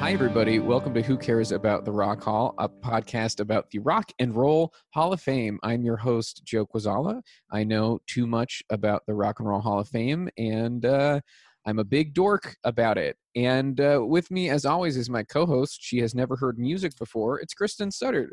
Hi, everybody. Welcome to Who Cares About the Rock Hall, a podcast about the Rock and Roll Hall of Fame. I'm your host, Joe Quazala. I know too much about the Rock and Roll Hall of Fame, and uh, I'm a big dork about it. And uh, with me, as always, is my co host. She has never heard music before. It's Kristen Sutter.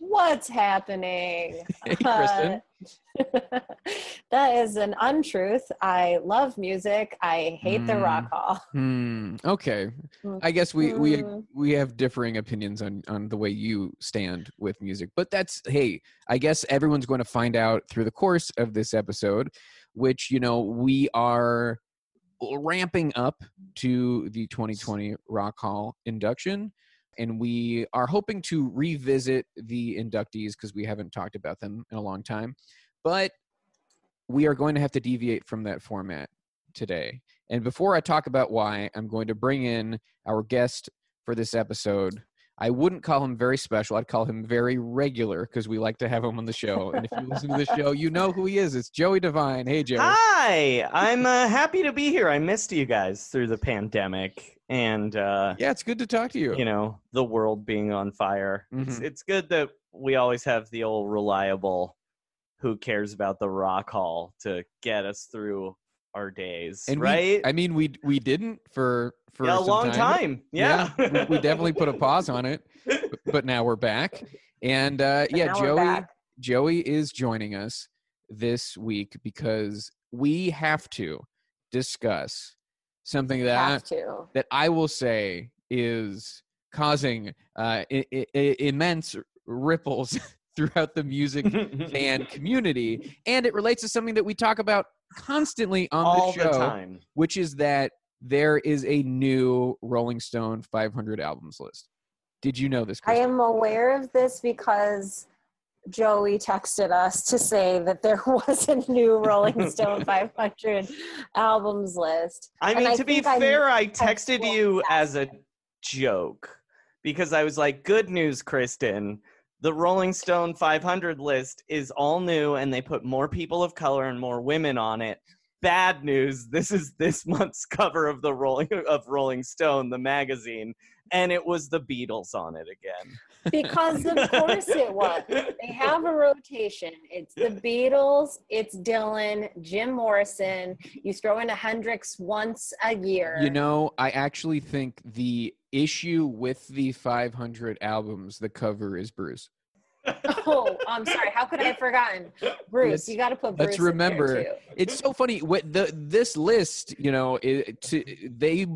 What's happening? Hey, Kristen. Uh, that is an untruth. I love music. I hate the Mm. rock hall. Hmm. Okay. Mm. I guess we we Mm. we have differing opinions on on the way you stand with music, but that's hey. I guess everyone's going to find out through the course of this episode, which you know we are ramping up to the 2020 Rock Hall induction, and we are hoping to revisit the inductees because we haven't talked about them in a long time, but we are going to have to deviate from that format today. And before I talk about why, I'm going to bring in our guest for this episode. I wouldn't call him very special. I'd call him very regular because we like to have him on the show. And if you listen to the show, you know who he is. It's Joey Devine. Hey, Joey. Hi, I'm uh, happy to be here. I missed you guys through the pandemic and uh, Yeah, it's good to talk to you. you know the world being on fire. It's, Mhm. it's good that we always have the old reliable "Who cares about the Rock Hall" to get us through our days, and we- right? I mean, we we didn't for for yeah, a some long time. Yeah, we, we definitely put a pause on it, but, but now we're back. And uh, But yeah, now we're Joey, back. Joey is joining us this week because we have to discuss something that Have to. that I will say is causing uh, I- I- I- immense ripples throughout the music fan community, and it relates to something that we talk about constantly on all this show, the time. which is that there is a new Rolling Stone 500 albums list. Did you know this? I Kristen? am aware of this because Joey texted us to say that there was a new Rolling Stone 500 albums list. I And mean, I to be think I fair, I texted well, you as a joke because I was like, good news, Kristen. The Rolling Stone 500 list is all new and they put more people of color and more women on it. Bad news, this is this month's cover of the Rolling of Rolling Stone the magazine and it was the Beatles on it again. Because of course it was. They have a rotation. It's the Beatles, it's Dylan, Jim Morrison. You throw in a Hendrix once a year. You know, I actually think the issue with the 500 albums, the cover is Bruce. Oh, I'm sorry. How could I have forgotten? Bruce, Let's- you got to put Bruce. let's in there, remember- too. It's so funny. What the this list, you know, it, to, they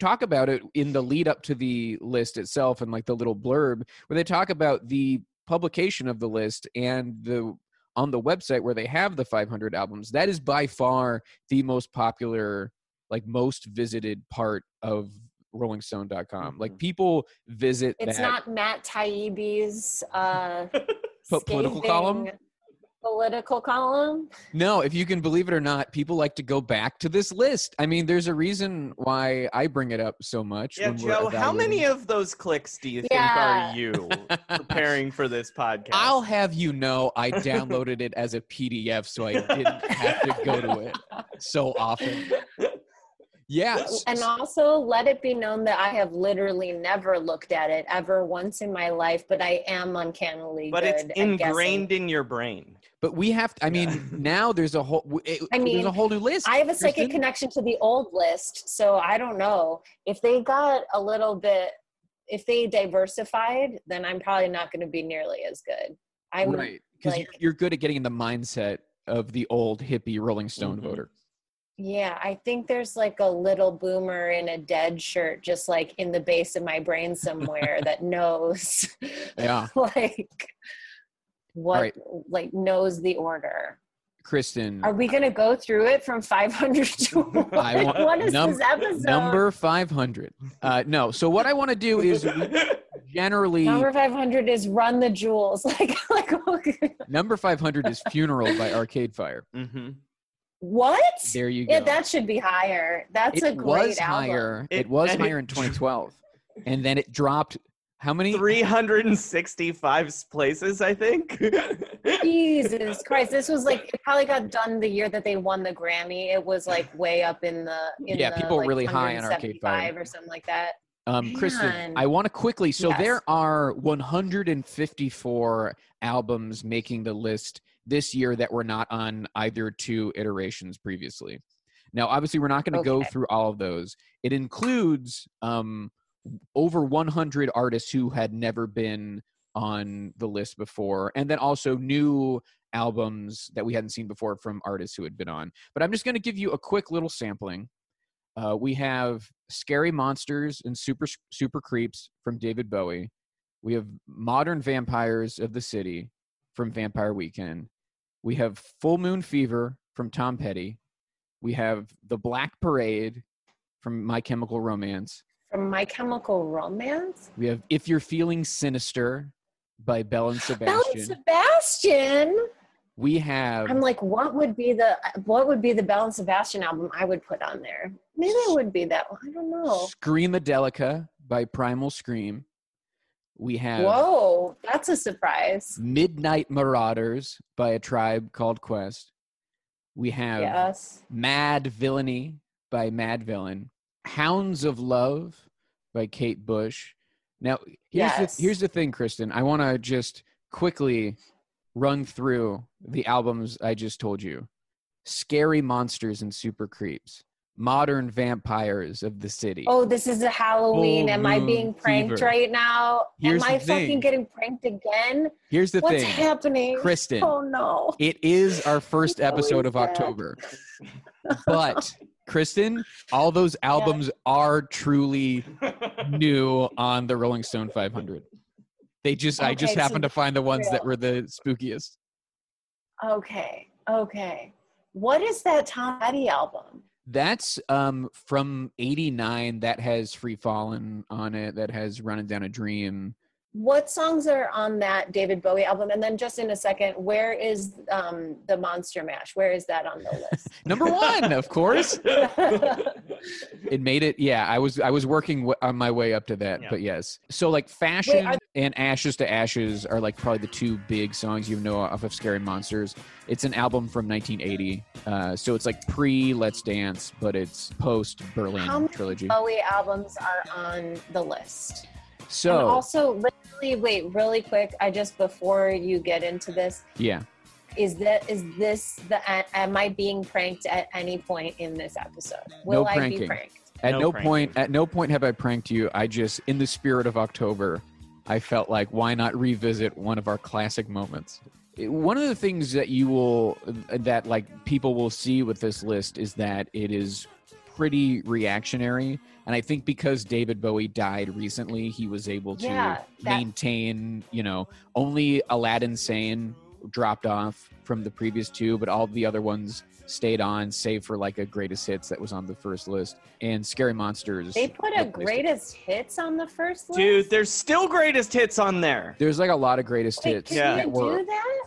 talk about it in the lead up to the list itself, and like the little blurb where they talk about the publication of the list and the on the website where they have the 500 albums. That is by far the most popular, like most visited part of RollingStone.com. Like Mhm. people visit. Mm-hmm. It's that. not Matt Taibbi's uh, Po- political scathing column? Political column. No, if you can believe it or not, people like to go back to this list. I mean, there's a reason why I bring it up so much. yeah, when we're Joe, how many evaluating- of those clicks do you think Yeah. are you preparing for this podcast? I'll have you know I downloaded it as a PDF, so I didn't have to go to it so often. Yeah, s- And also, let it be known that I have literally never looked at it ever once in my life, but I am uncannily but good. it's at guessing. ingrained in your brain. But we have. To, I mean, Yeah. now there's a whole. w- It, I there's mean, a whole new list. I have a psychic Kristen. connection to the old list, so I don't know if they got a little bit. If they diversified, then I'm probably not going to be nearly as good. I'm right, because you're, like- you're good at getting in the mindset of the old hippie Rolling Stone Mhm. Mm-hmm. voter. yeah. I think there's like a little boomer in a dead shirt, just like in the base of my brain somewhere that knows, Yeah, like what, right. like knows the order. Kristen. Are we going to go through it from 500 to one? I want- what is num- this episode? Number 500. Uh, no, so what I want to do is we generally Number 500 is Run the Jewels. Like, like number 500 is Funeral by Arcade Fire. mm-hmm. what? There you go. Yeah, that should be higher. That's a it great was album. higher. It, It- was and it higher in dro- 2012, and then it dropped. How many? 365 places, I think. Jesus Christ. This was like it probably got done the year that they won the Grammy. It was like way up in the in Yeah, the, people were like, really high on Arcade Fire. 175 or something like that. Um, Kristen, Man. I want to quickly. So Yes. there are 154 albums making the list this year that were not on either two iterations previously. Now, obviously, we're not going to go Okay. through all of those. It includes um, over 100 artists who had never been on the list before, and then also new albums that we hadn't seen before from artists who had been on. But I'm just going to give you a quick little sampling. Uh, we have Scary Monsters and Super Super Creeps from David Bowie. We have Modern Vampires of the City from Vampire Weekend. We have Full Moon Fever from Tom Petty. We have The Black Parade from My Chemical Romance. From My Chemical Romance? We have If You're Feeling Sinister by Bell and Sebastian. Belle and Sebastian. we have I'm like, what would be the what would be the Belle and Sebastian album I would put on there? Maybe it would be that one. I don't know. Screamadelica by Primal Scream. We have Whoa, that's a surprise. Midnight Marauders by a tribe called Quest. We have Yes. Mad Villainy by Mad Villain. Hounds of Love by Kate Bush. Now, here's, Yes. the, here's the thing, Kristen. I want to just quickly run through the albums I just told you Scary Monsters and Super Creeps, Modern Vampires of the City. Oh, this is a Halloween. Full Am I moon being pranked fever. right now? Here's Am I the thing. fucking getting pranked again? here's the What's thing, happening? Kristen. Oh no. It is our first It's always episode of bad. October. But Kristen, all those albums are truly new on the Rolling Stone 500. They just I just Okay, so happened to find the ones that real. were the spookiest. Okay. Okay. What is that Tom Petty album? That's um from 89 that has Free Fallen on it that has Running Down a Dream. What songs are on that David Bowie album? And then just in a second, where is um, the Monster Mash? Where is that on the list? Number 1, of course. It made it yeah, I was I was working w- on my way up to that, Yeah. but yes. So like Fashion are- and Ashes to Ashes are like probably the two big songs you know off of Scary Monsters. It's an album from 1980. Uh, so it's like pre Let's Dance, but it's post How Berlin many trilogy. Bowie albums are on the list? And So, also, literally, wait, really quick. I just before you get into this, yeah. is that is this the am I being pranked at any point in this episode? Will I pranking. be pranked? At no, No point pranking. at no point have I pranked you. I just in the spirit of October, I felt like why not revisit one of our classic moments. It- One of the things that you will that like people will see with this list is that it is pretty reactionary and I think because David Bowie died recently, he was able to Yeah, that- maintain, you know, only Aladdin Sane dropped off from the previous two, but all the other ones stayed on, save for like a greatest hits that was on the first list. And Scary Monsters. They put a replaced it. greatest hits on the first list. Dude, there's still greatest hits on there. There's like a lot of greatest Wait, hits can Yeah. you that were. do that?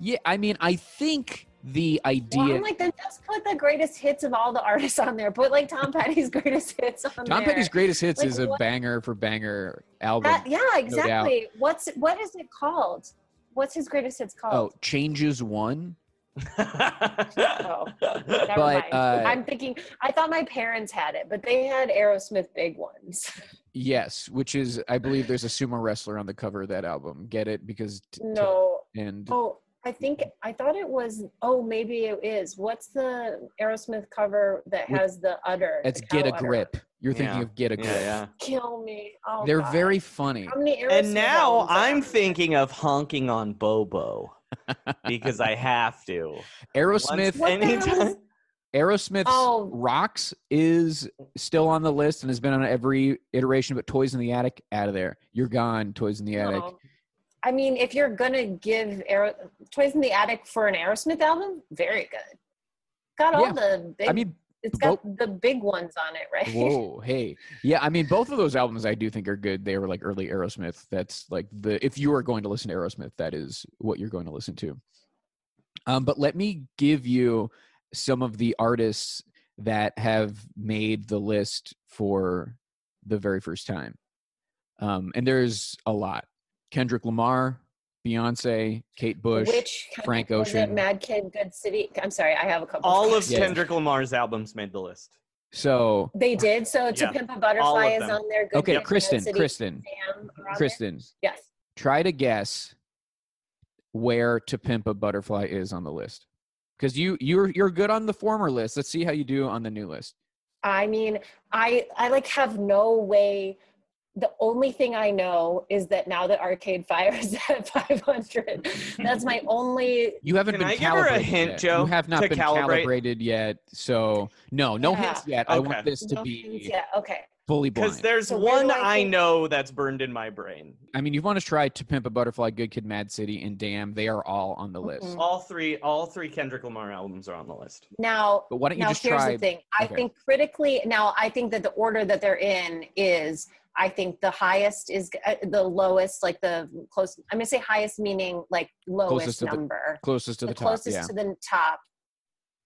Yeah, I mean, I think the Well, idea. I'm like, then just put the greatest hits of all the artists on there. Put like Tom Petty's greatest hits on there. Tom Petty's greatest hits Like, is a what- banger for banger album. That- yeah, exactly. What's what is it called? What's his greatest hits oh, called? Changes One. Oh, Never Oh. But, mind. uh, I'm thinking. I thought my parents had it, but they had Aerosmith big ones. Yes, which is I believe there's a sumo wrestler on the cover of that album. Get it because t- t- no. and Oh, I think I thought it was. Oh, maybe it is. What's the Aerosmith cover that With- has the udder? That's the cow Get a udder? Grip. You're thinking Yeah. of Get a Grip. yeah. Kill me. Oh, They're God. very funny. How many Aerosmith And now albums are I'm out? thinking of honking on Bobo because I have to. Aerosmith What the hell is- Anytime- Aerosmith's Oh. Rocks is still on the list and has been on every iteration, but Toys in the Attic, out of there. You're gone, Toys in the Attic. No. I mean, if you're gonna give Aero- Toys in the Attic for an Aerosmith album, very good. Got all Yeah. the big. I mean, it's got the big ones on it, right? whoa, hey. Yeah, I mean, both of those albums I do think are good. They were like early Aerosmith. That's like the, if you are going to listen to Aerosmith, that is what you're going to listen to. Um, but let me give you some of the artists that have made the list for the very first time. Um, and there's a lot Kendrick Lamar, Beyonce, Kate Bush. Which kind Frank of- was it Ocean. Mad Kid, Good City. I'm sorry, I have a couple. All of Yeah. Kendrick Lamar's albums made the list. so, They did. So To Yeah. Pimp a Butterfly is them. on there. Good okay, Kid, Mad Kristen, City, Kristen, Sam are on there. Kristen, Yes. try to guess where To Pimp a Butterfly is on the list. Because you you're you're good on the former list. Let's see how you do on the new list. I mean, I I like have no way. The only thing I know is that now that Arcade Fire is at 500, that's my only. You haven't Can been I give her a calibrated hint, yet. Joe, You have not to been calibrate? calibrated yet. So no, no Yeah. hints yet. I want Okay. this to no hints be yet. Okay. fully Because blind. there's So where do one I I, think- know that's burned in my brain. I mean, you want to try To Pimp a Butterfly, Good Kid, Mad City, and Damn. They are all on the list. Mhm. All three, all three Kendrick Lamar albums are on the list. Now, But why don't you now just here's try? the thing. I okay. think critically, now I think that the order that they're in is, I think the highest is uh, the lowest, like the close. I'm gonna say highest meaning like Closest lowest to the- number, Closest to the, top. closest Yeah. to the top,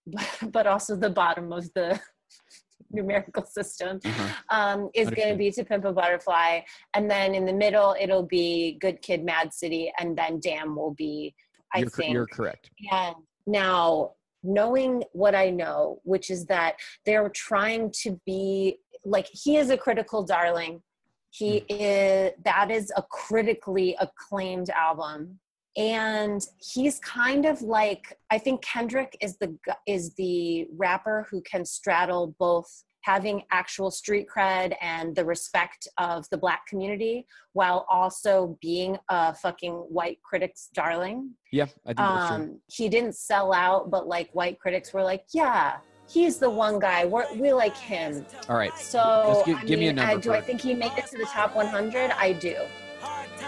but, but also the bottom of the numerical system. Uh-huh. um, is going to Understood. be To Pimp a Butterfly, and then in the middle it'll be Good Kid, Mad City, and then Damn will be, I You're, cor- think. you're correct. And now knowing what I know, which is that they're trying to be like he is a critical darling. He is that is a critically acclaimed album. And he's kind of like I think Kendrick is the gu- is the rapper who can straddle both having actual street cred and the respect of the black community while also being a fucking white critic's darling Yeah, I think that's true. um, he didn't sell out, but like white critics were like, yeah, he's the one guy. We're, we like him. All right. So Let's gi- I give me a mean, I, number do I for- think he made it to the top 100? I do.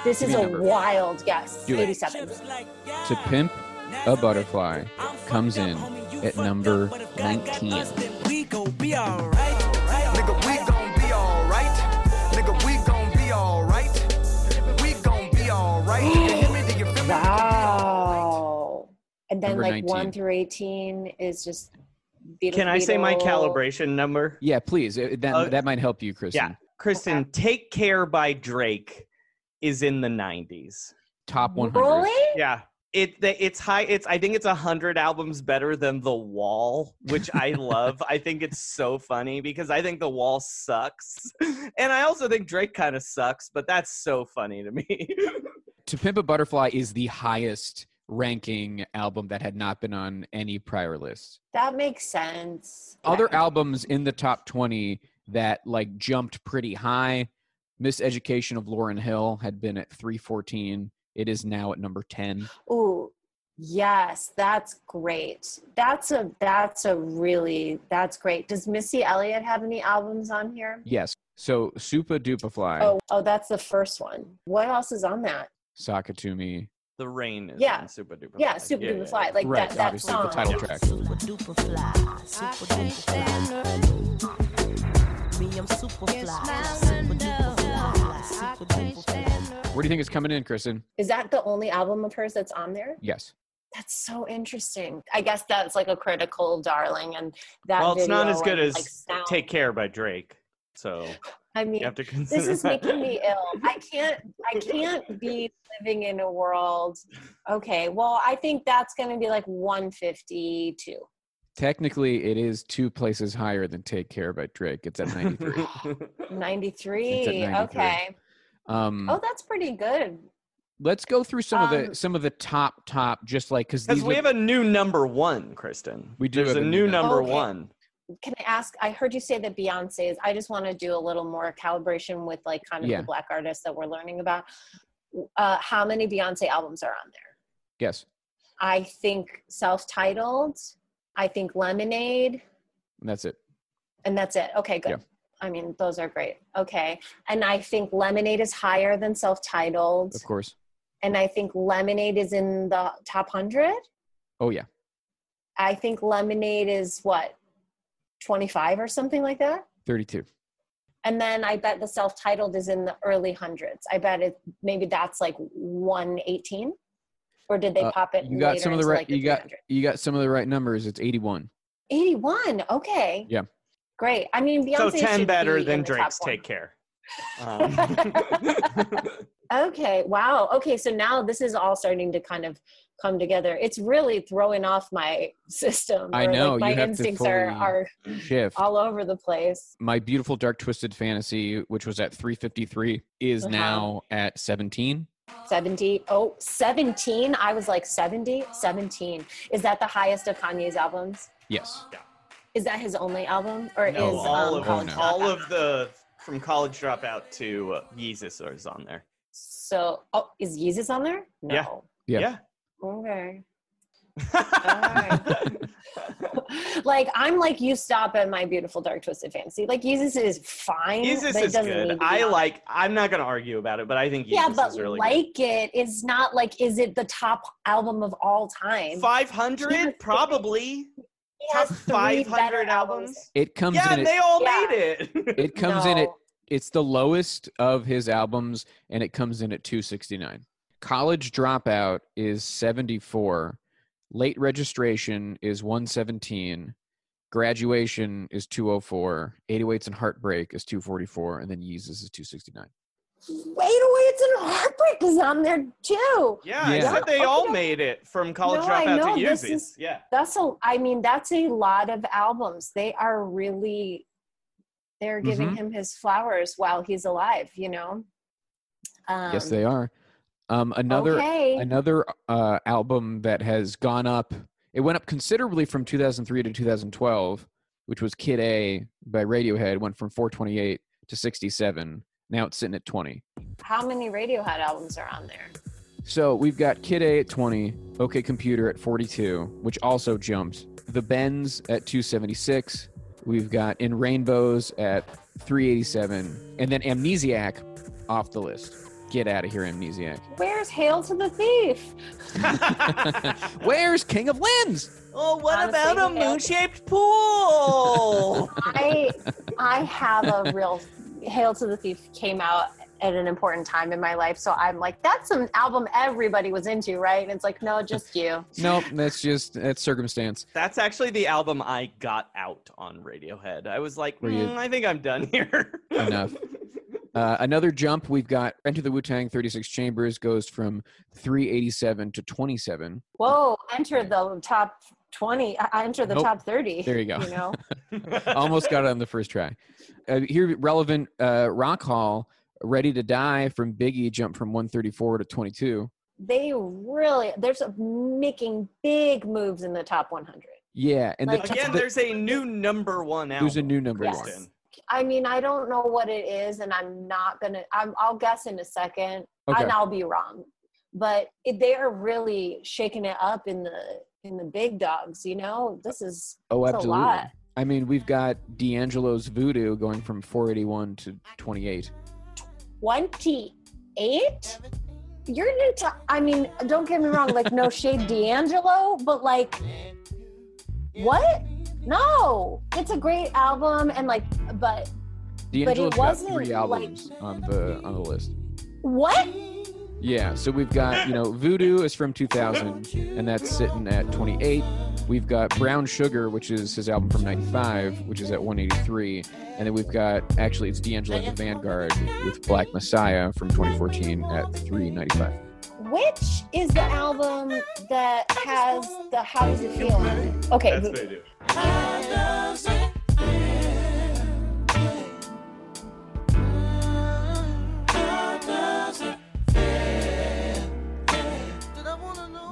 This Give is me a a, number. wild guess. Do it. 87. To Pimp a Butterfly comes in at number 19. We gon' be alright. Nigga, we gon' be alright. Nigga, we gon' be alright. We gon' be alright. You hear me? Do you feel me? Wow. And then Number like 1 19. through 18 is just Beatles. Can I say my Beatles. calibration number? Yeah, please. uh, That, Uh, that might help you, Kristen. Yeah. Kristen, Take Care by Drake is in the 90s. Top 100. Really? Yeah. It the, it's high it's I think it's 100 albums better than The Wall, which I love. I think it's so funny because I think The Wall sucks. And I also think Drake kind of sucks, but that's so funny to me. To Pimp a Butterfly is the highest ranking album that had not been on any prior list. That makes sense. Other albums in the top 20 that like jumped pretty high. Miseducation of Lauren Hill had been at 314. It is now at number 10. Ooh, yes, that's great. That's a that's a really that's great. Does Missy Elliott have any albums on here? Yes. So Supa Dupafly, Oh, oh, that's the first one. What else is on that? Sakatumi. the Rain is Yeah. on Super Duper. Yeah, Fly. Super Yeah, Duper yeah, Fly, yeah. like right, that, that obviously the song. title track. Super duper fly. Super duper fly. Me, I'm super fly. Super duper fly. Super duper fly. Where do you think it's coming in, Kristen? Is that the only album of hers that's on there? Yes. That's so interesting. I guess that's like a critical darling, and that. Well, it's not video as good and, as like, sound. Take Care by Drake. So I mean, you have to consider this is that. making me ill i can't i can't be living in a world okay well i think that's going to be like 152 Technically, it is two places higher than Take Care by Drake. It's at 93. 93 It's at 93. okay um, Oh, oh that's pretty good Let's go through some of Um, the some of the top top just like cuz Because these we are- have a new number one, Kristen. We do There's have a new number Okay. one. Can I ask? I heard you say that Beyonce is. I just want to do a little more calibration with like kind of Yeah. the black artists that we're learning about. Uh, how many Beyonce albums are on there? yes. I think self-titled. I think Lemonade, And that's it. and that's it. Okay, good. Yeah. I mean, those are great. Okay, and I think Lemonade is higher than self-titled, Of course. and I think Lemonade is in the top hundred. Oh yeah. I think Lemonade is what twenty-five or something like that. 32. And then I bet the self-titled is in the early hundreds. I bet it maybe that's like one eighteen, or did they Uh, pop it? You got later some of the into, right like, you got 300? you got some of the right numbers. It's 81. 81. Okay. Yeah. Great. I mean, Beyonce. so 10 should better be than in the Drake's top one. Take Care. Um, Okay. Wow. Okay. So now this is all starting to kind of come together. It's really throwing off my system. I or, like, know, my you have to instincts are, fully- are Shift. Oh. all over the place. My beautiful dark twisted fantasy which was at 353 is Uh-huh. now at 17. 70. Oh, 17. I was like 70. 17. Is that the highest of Kanye's albums? Yes. Is that his only album? Or no, is all, um, of, College Oh, no. all Dropout? of the from College Dropout to uh, Yeezus is on there. So, oh, is Yeezus on there? No. Yeah. Yeah. Okay. like I'm like you stop at my beautiful dark twisted fantasy. Like Jesus is fine. Yeezus but it is doesn't need good. to be I on. like. I'm not going to argue about it, but I think Yeezus Yeah, but is really like it is not like is it the top album of all time? good. 500 probably. He top three 500 better albums. It comes Yeah, in and at, they all Yeah. made it. it comes in at No. it's the lowest of his albums and it comes in at 269 college dropout is 74 late registration is 117 graduation is 204 808s and heartbreak is 244 and then yeezus is 269 Wait, away, it's in heartbreak is on there too. Yeah, I Yeah. said they all made it from college No, I dropout know, to this Yeezys. is- yeah. That's a I mean that's a lot of albums. They are really they're giving Mhm. him his flowers while he's alive, you know. Um, yes they are um, another okay. another uh, album that has gone up it went up considerably from 2003 to 2012 which was kid a by radiohead went from 428 to 67 now it's sitting at 20 How many Radiohead albums are on there? so we've got kid a at 20 okay computer at 42 which also jumps the bends at 276 we've got in rainbows at 387 and then amnesiac off the list get out of here amnesiac Where's Hail to the Thief? where's king of limbs oh, what Honestly, about a we have- moon-shaped pool? I I have a real Hail to the Thief came out at an important time in my life, so I'm like, that's an album everybody was into, right? And it's like, no, just you. Nope, that's just that's circumstance. That's actually the album I got out on Radiohead. I was like, Were you- "Mm, I think I'm done here. Enough. Uh, another jump we've got Enter the Wu Tang 36 Chambers goes from 387 to 27. Whoa, enter the top twenty. I- I enter the Nope. top thirty. There you go. You know, Almost got it on the first try. Uh, here, relevant uh, Rock Hall, Ready to Die from Biggie jumped from 134 to 22. they really they're sort of making big moves in the top 100. Yeah, and the, Like- Again, the- there's a new number one album. there's a new number Yes. one. Kristen. I mean, I don't know what it is, and I'm not gonna. I'm, I'll guess in a second, Okay. and I'll be wrong. But it, they are really shaking it up in the in the big dogs. You know, this is Oh, it's a absolutely. lot. I mean, we've got D'Angelo's Voodoo going from 481 to 28. twenty eight. You're gonna. T- I mean, don't get me wrong. Like no shade, D'Angelo, but like what? No, it's a great album, and like, but D'Angelo's got wasn't, three like- albums on the on the list. what? Yeah, so we've got, you know, Voodoo is from 2000, and that's sitting at 28. We've got Brown Sugar, which is his album from 95, which is at 183. And then we've got, actually, it's D'Angelo and the Vanguard with Black Messiah from 2014 at 395. Which is the album that has the How Does It Feel? on it? Okay, That's who- what I do.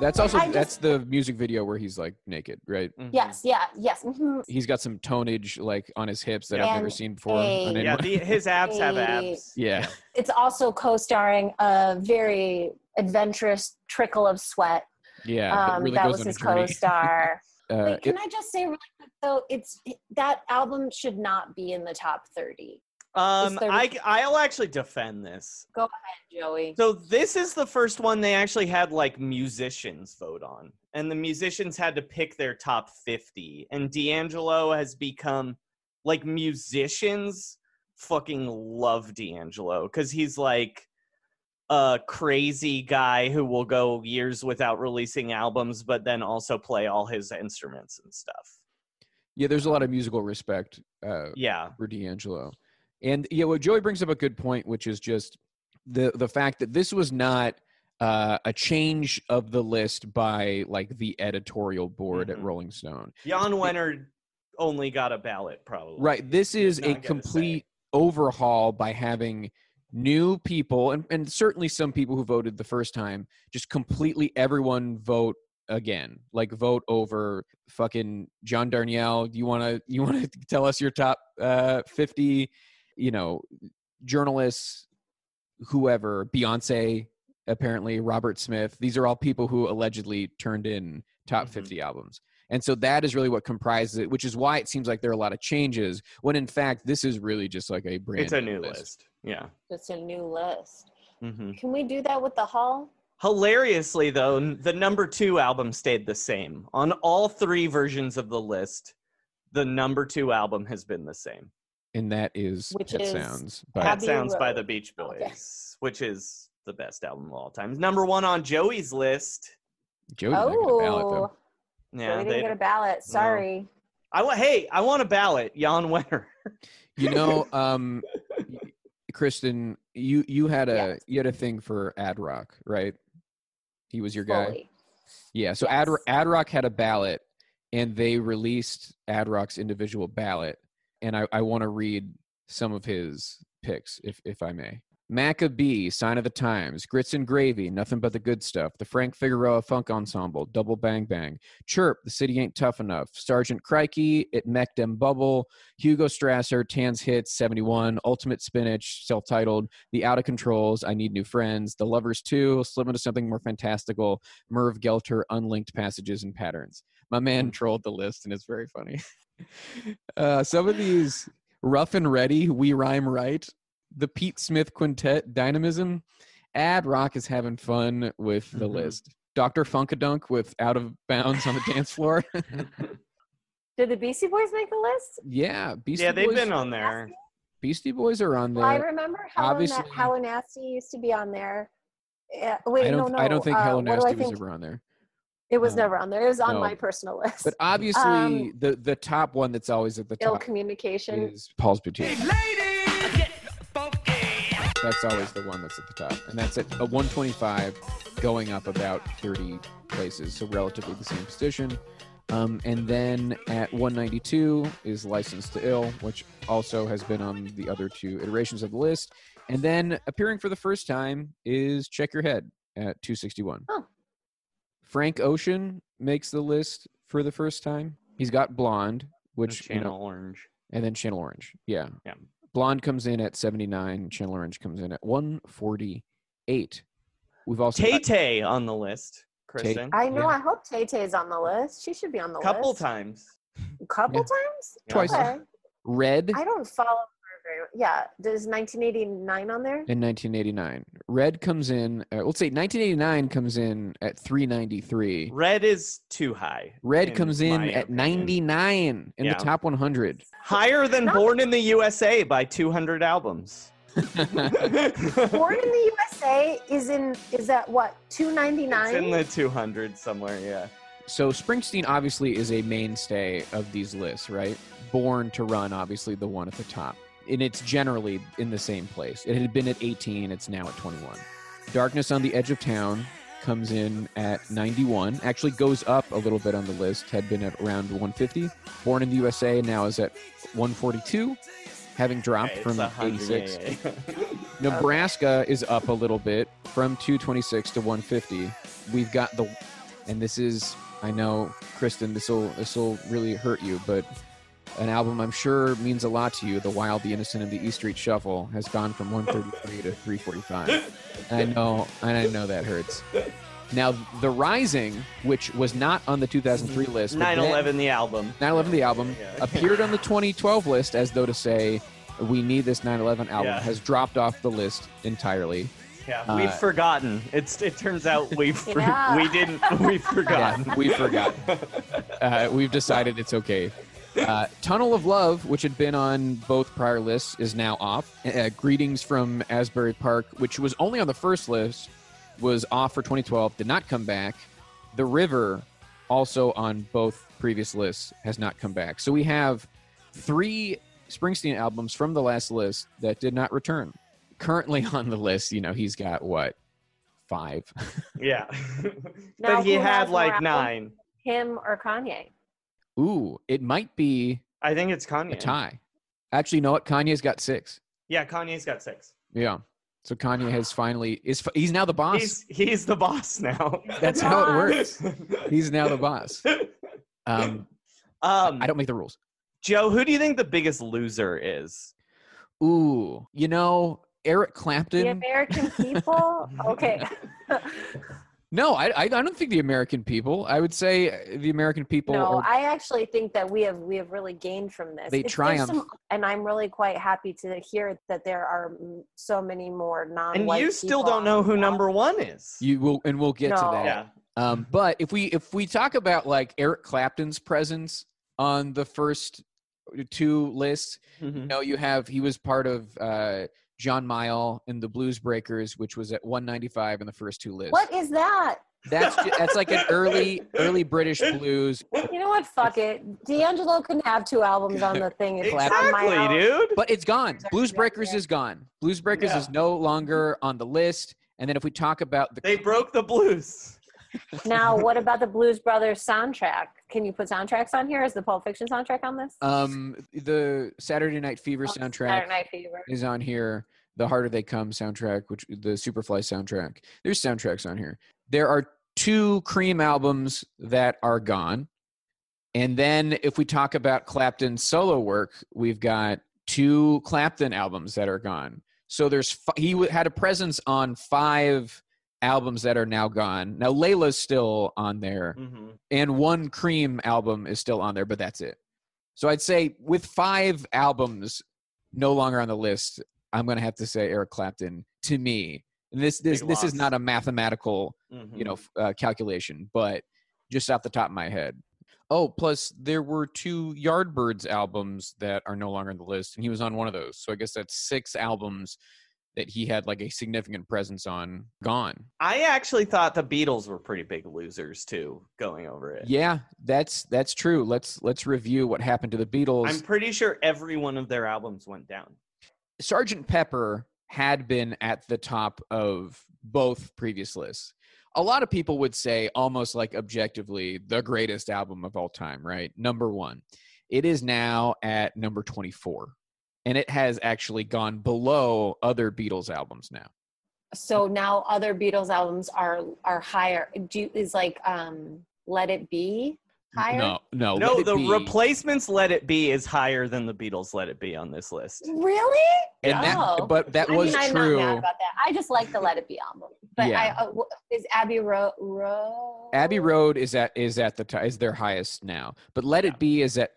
That's also I just- that's the music video where he's like naked, right? Mhm. Yes, yeah, yes. mhm. He's got some tonage like on his hips that I've never And seen before. a- on Yeah, anyone. the, his abs have abs. yeah. It's also co-starring a very adventurous trickle of sweat. Yeah, that Um, really that goes was on a his journey. co-star. Uh, Wait, can it- I just say really quick though, it's that album should not be in the top thirty. Um, Is there- I I'll actually defend this. Joey. So this is the first one they actually had like musicians vote on, and the musicians had to pick their top fifty. And D'Angelo has become like musicians fucking love D'Angelo because he's like a crazy guy who will go years without releasing albums, but then also play all his instruments and stuff. yeah, there's a lot of musical respect uh, Yeah, for D'Angelo, and yeah, well, Joey brings up a good point, which is just the the fact that this was not uh, a change of the list by like the editorial board Mhm. at Rolling Stone. Jan Wenner only got a ballot probably. Right. This He is does a not get a say. complete overhaul by having new people and, and certainly some people who voted the first time, just completely everyone vote again. Like vote over fucking John Darnielle. You wanna you wanna tell us your top uh fifty, you know, journalists, whoever, Beyonce apparently Robert Smith. These are all people who allegedly turned in top Mhm. 50 albums. And so that is really what comprises it, which is why it seems like there are a lot of changes when in fact this is really just like a brand It's a new list. Yeah. It's a new list. hmm Can we do that with the hall? Hilariously, though, n- the number two album stayed the same. On all three versions of the list, the number two album has been the same. And that is Which Pet is Sounds. That But Abbey Sounds by Road. the Beach Boys, uh, oh, Okay. which is the best album of all time. Number one on Joey's list. Jody didn't get a ballot, though. Oh, Yeah, we they- didn't get a ballot. Sorry. I wa- hey, I want a ballot. Jan Wenner. You know, um y- Kristen, you you had a Yes. you had a thing for Ad Rock, right? He was your guy. Fully. Yeah, so Ad, Yes. Ad Rock had a ballot, and they released Ad Rock's individual ballot, and I, I want to read some of his picks, if if I may. Maccabee, Sign of the Times, Grits and Gravy, Nothing But the Good Stuff, The Frank Figueroa Funk Ensemble, Double Bang Bang, Chirp, The City Ain't Tough Enough, Sergeant Crikey, It Mech Dem Bubble, Hugo Strasser, Tan's Hits, 71, Ultimate Spinach, self titled, The Out of Controls, I Need New Friends, The Lovers 2, Slip into Something More Fantastical, Merv Gelter unlinked passages and patterns. My Hmm. man trolled the list, and it's very funny. uh, some of these rough and ready, we rhyme right. The Pete Smith Quintet, Dynamism. Ad Rock is having fun with the Mhm. list. Doctor Funkadunk with Out of Bounds on the dance floor. Did the Beastie Boys make a list? yeah, Beastie yeah, they've Boys. been on there. Beastie Boys are on there. I remember Helen, Na- obviously- Helen Nasty used to be on there. Uh, wait, I don't. no, no. I don't think uh, Helen what do I Nasty was think? ever on there. It was um, never on there. It was on no. my personal list. But obviously, Um, the the top one that's always at the Ill top communication. is Paul's Boutique. Ladies, get funky. That's always the one that's at the top. And that's at a 125, going up about 30 places. So relatively the same position. Um, and then at 192 is Licensed to Ill, which also has been on the other two iterations of the list. And then appearing for the first time is Check Your Head at 261. Oh. Frank Ocean makes the list for the first time. He's got Blonde, which you know, Channel Orange. and then Channel Orange. Yeah. Yeah. Blonde comes in at 79. Channel Orange comes in at 148. We've also Tay got Tay on the list, Kristen. I know. yeah. I hope Tay Tay's on the list. She should be on the A couple list. times. Couple Yeah. times? Twice. Okay. Red I don't follow her very Yeah. Does 1989 on there? in 1989. Red comes in, uh, let's say 1989 comes in at 393. Red is too high. Red comes in my at opinion. 99 in Yeah. the top 100. Higher than Not- Born in the USA by 200 albums. Born it's in the USA is in is at what 299? in the 200 somewhere, yeah. So Springsteen obviously is a mainstay of these lists, right? Born to Run, obviously the one at the top. And it's generally in the same place. It had been at 18, it's now at 21. Darkness on the Edge of Town comes in at 91, actually goes up a little bit on the list, had been at around 150. Born in the USA now is at 142, having dropped Okay, it's from 100, 86. yeah, yeah, yeah. Nebraska is up a little bit from 226 to 150. We've got the and this is I know Kristen this will this will really hurt you but an album I'm sure means a lot to you The Wild the Innocent and the E Street Shuffle has gone from 133 to 345 and I know and I know that hurts now The Rising which was not on the 2003 list but then- 9/11, the album. 9/11 the album Yeah. appeared on the 2012 list as though to say we need this 9/11 album Yeah. has dropped off the list entirely. Yeah, Uh, we've forgotten. It's it turns out we've for- Yeah. we didn't we've forgotten. Yeah, we forgot. Uh, we've decided it's okay. Uh, Tunnel of Love, which had been on both prior lists, is now off. Uh, Greetings from Asbury Park, which was only on the first list, was off for 2012, did not come back. The River, also on both previous lists, has not come back. So we have three Springsteen albums from the last list that did not return. Currently on the list, you know, he's got what? Five. Yeah, Now but he who has had more like albums? nine. Him or Kanye? Ooh, it might be I think it's Kanye. a tie. Actually, you know what? Kanye's got six. Yeah, Kanye's got six. Yeah. So Kanye has finally is f- he's now the boss. He's he's the boss now. That's how it works. He's now the boss. Um, Um, I don't make the rules. Joe, who do you think the biggest loser is? Ooh, you know Eric Clapton. The American people? Okay. no, I, I I don't think the American people. I would say uh, the American people. no, are, I actually think that we have we have really gained from this. They It's- there's triumph. some- and I'm really quite happy to hear that there are mm, so many more And non-white. you still people don't know on who the number one is. you will, and we'll get to No. that. yeah. Um, but if we if we talk about like Eric Clapton's presence on the first two lists, Mhm. No, you have. He was part of uh, John Mayall and the Blues Breakers, which was at 195 in the first two lists. What is that? That's ju- that's like an early early British blues. You know what? Fuck it. D'Angelo can have two albums on the thing. It's on my Exactly, album. dude. But it's gone. Blues Yeah, Breakers yeah. is gone. Blues Breakers is no longer on the list. And then if we talk about the they broke the blues. Now, what about the Blues Brothers soundtrack? Can you put soundtracks on here? Is the Pulp Fiction soundtrack on this? um the Saturday Night Fever Oh, soundtrack Saturday Night Fever. is on here. The Harder They Come soundtrack, which the Superfly soundtrack. There's soundtracks on here. There are two Cream albums that are gone. And then if we talk about Clapton's solo work, we've got two Clapton albums that are gone. So there's f- he w- had a presence on five albums that are now gone. Now Layla's still on there hmm and one Cream album is still on there, but that's it. So I'd say with five albums no longer on the list, I'm gonna have to say Eric Clapton to me. And this this Big this is loss. Hmm. not a mathematical you know f- uh, calculation, but just off the top of my head. Oh, plus there were two Yardbirds albums that are no longer on the list, and he was on one of those. So I guess that's six albums that he had like a significant presence on gone. I actually thought the Beatles were pretty big losers too. Going over it, Yeah, that's that's true. Let's let's review what happened to the Beatles. I'm pretty sure every one of their albums went down. Sergeant Pepper had been at the top of both previous lists. A lot of people would say, almost like objectively, the greatest album of all time, right? Number one. It is now at number 24, and it has actually gone below other Beatles albums now. So now other Beatles albums are are higher. Do you, is like um Let It Be higher? No, no, Oh, Let no, It the Be, replacements Let It Be is higher than the Beatles Let It Be on this list. Really? and Oh. that, but that I was mean, I'm true. not mad about that. I just like the Let It Be album. But Yeah. I, uh, w- is Abbey Road? Ro- Abbey Road is at is at the ti- is their highest now, but Let It Be is at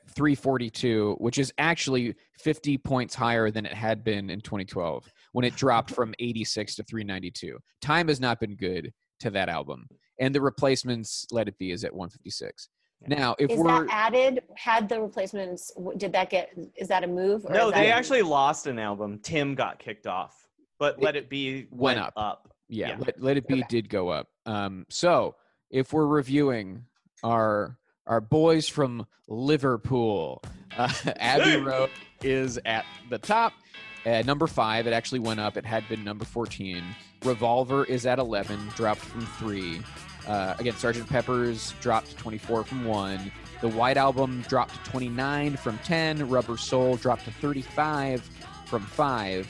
342, which is actually 50 points higher than it had been in 2012 when it dropped from 86 to 392. Time has not been good to that album, and the replacements Let It Be is at 156. Now, if Is we're that added? Had the replacements? w- Did that get? Is that a move? or No, is they that- actually lost an album. Tim got kicked off, but Let It Be went went, up. up. yeah, yeah. Let, Let It Be Okay. did go up. Um, so if we're reviewing our our boys from Liverpool, uh, Abbey Road is at the top. At number five, it actually went up. It had been number 14. Revolver is at 11, dropped from three. Uh, again, Sergeant Pepper's dropped to 24 from one. The White Album dropped to 29 from 10. Rubber Soul dropped to 35 from five.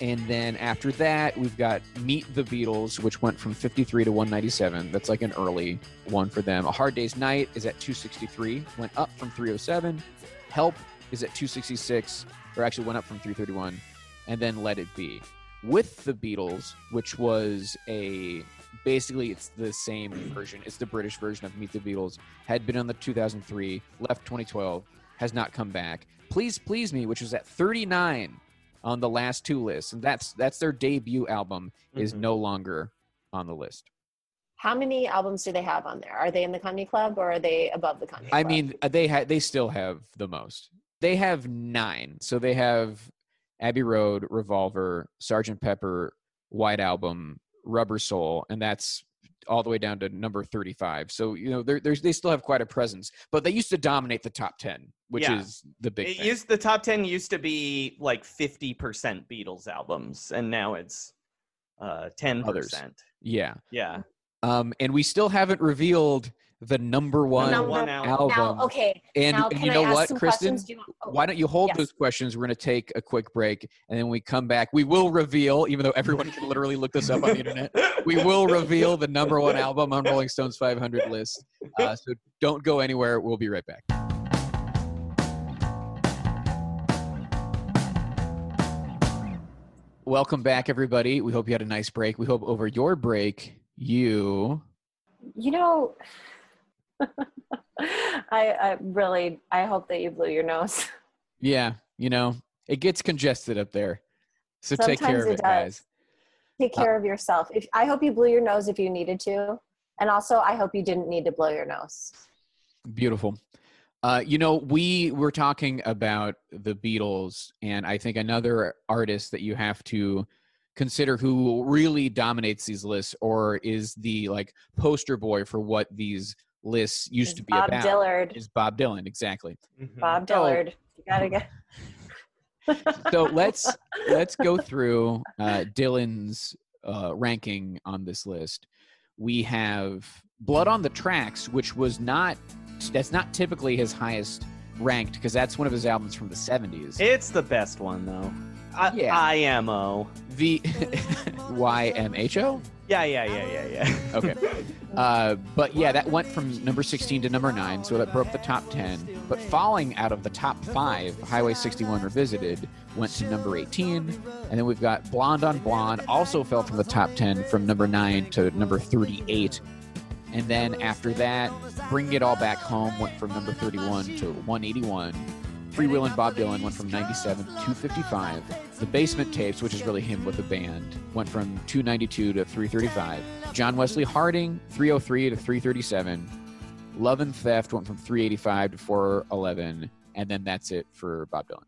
And then after that, we've got Meet the Beatles, which went from 53 to 197. That's like an early one for them. A Hard Day's Night is at 263, went up from 307. Help is at 266, or actually went up from 331. And then Let It Be with the Beatles, which was a basically it's the same version. It's the British version of Meet the Beatles. Had been on the 2003, left 2012, has not come back. Please Please Me, which was at 39 on the last two lists, and that's that's their debut album is Mhm. no longer on the list. How many albums do they have on there? Are they in the Kanye Club or are they above the Kanye Club? I mean, uh, they ha- they still have the most. They have nine. So they have Abbey Road, Revolver, Sergeant Pepper, White Album, Rubber Soul, and that's all the way down to number thirty-five. So you know, they're, they're, they still have quite a presence, but they used to dominate the top ten, which Yeah. is the big. It thing. used the top ten used to be like fifty percent Beatles albums, and now it's uh, ten percent. yeah, Yeah, um, and we still haven't revealed the number one Number one album. album. now, okay. And, now, and can you I know ask what, some Kristen? questions? Do you want- oh, Why don't you hold Yes. those questions? We're going to take a quick break, and then when we come back, we will reveal. Even though everyone can literally look this up on the internet, we will reveal the number one album on Rolling Stone's 500 list. Uh, so don't go anywhere. We'll be right back. Welcome back, everybody. We hope you had a nice break. We hope over your break, you. you know, I, I really, I hope that you blew your nose. Yeah, you know, it gets congested up there. So take care Sometimes of it it, guys. does. Take care of yourself. If I hope you blew your nose if you needed to, and also I hope you didn't need to blow your nose. Beautiful. Uh, you know, we were talking about the Beatles, and I think another artist that you have to consider who really dominates these lists or is the like poster boy for what these lists used to be Bob about Dillard. is Bob Dylan. Exactly. Mm-hmm. Bob Oh. Dillard. You gotta get. So let's let's go through uh, Dylan's uh, ranking on this list. We have Blood on the Tracks, which was not that's not typically his highest ranked because that's one of his albums from the 70s. it's the best one though. I- Yeah. IMO. the YMHO? Yeah, yeah, yeah, yeah, yeah. Um, Okay. Uh, but yeah, that went from number 16 to number 9, so that broke the top 10. But falling out of the top 5, Highway 61 Revisited went to number 18. And then we've got Blonde on Blonde, also fell from the top 10 from number 9 to number 38. And then after that, Bring It All Back Home went from number 31 to 181. Free Will and Bob Dylan went from 97 to 255. The Basement Tapes, which is really him with the band, went from 292 to 335. John Wesley Harding, 303 to 337. Love and Theft went from 385 to 411. And then that's it for Bob Dylan.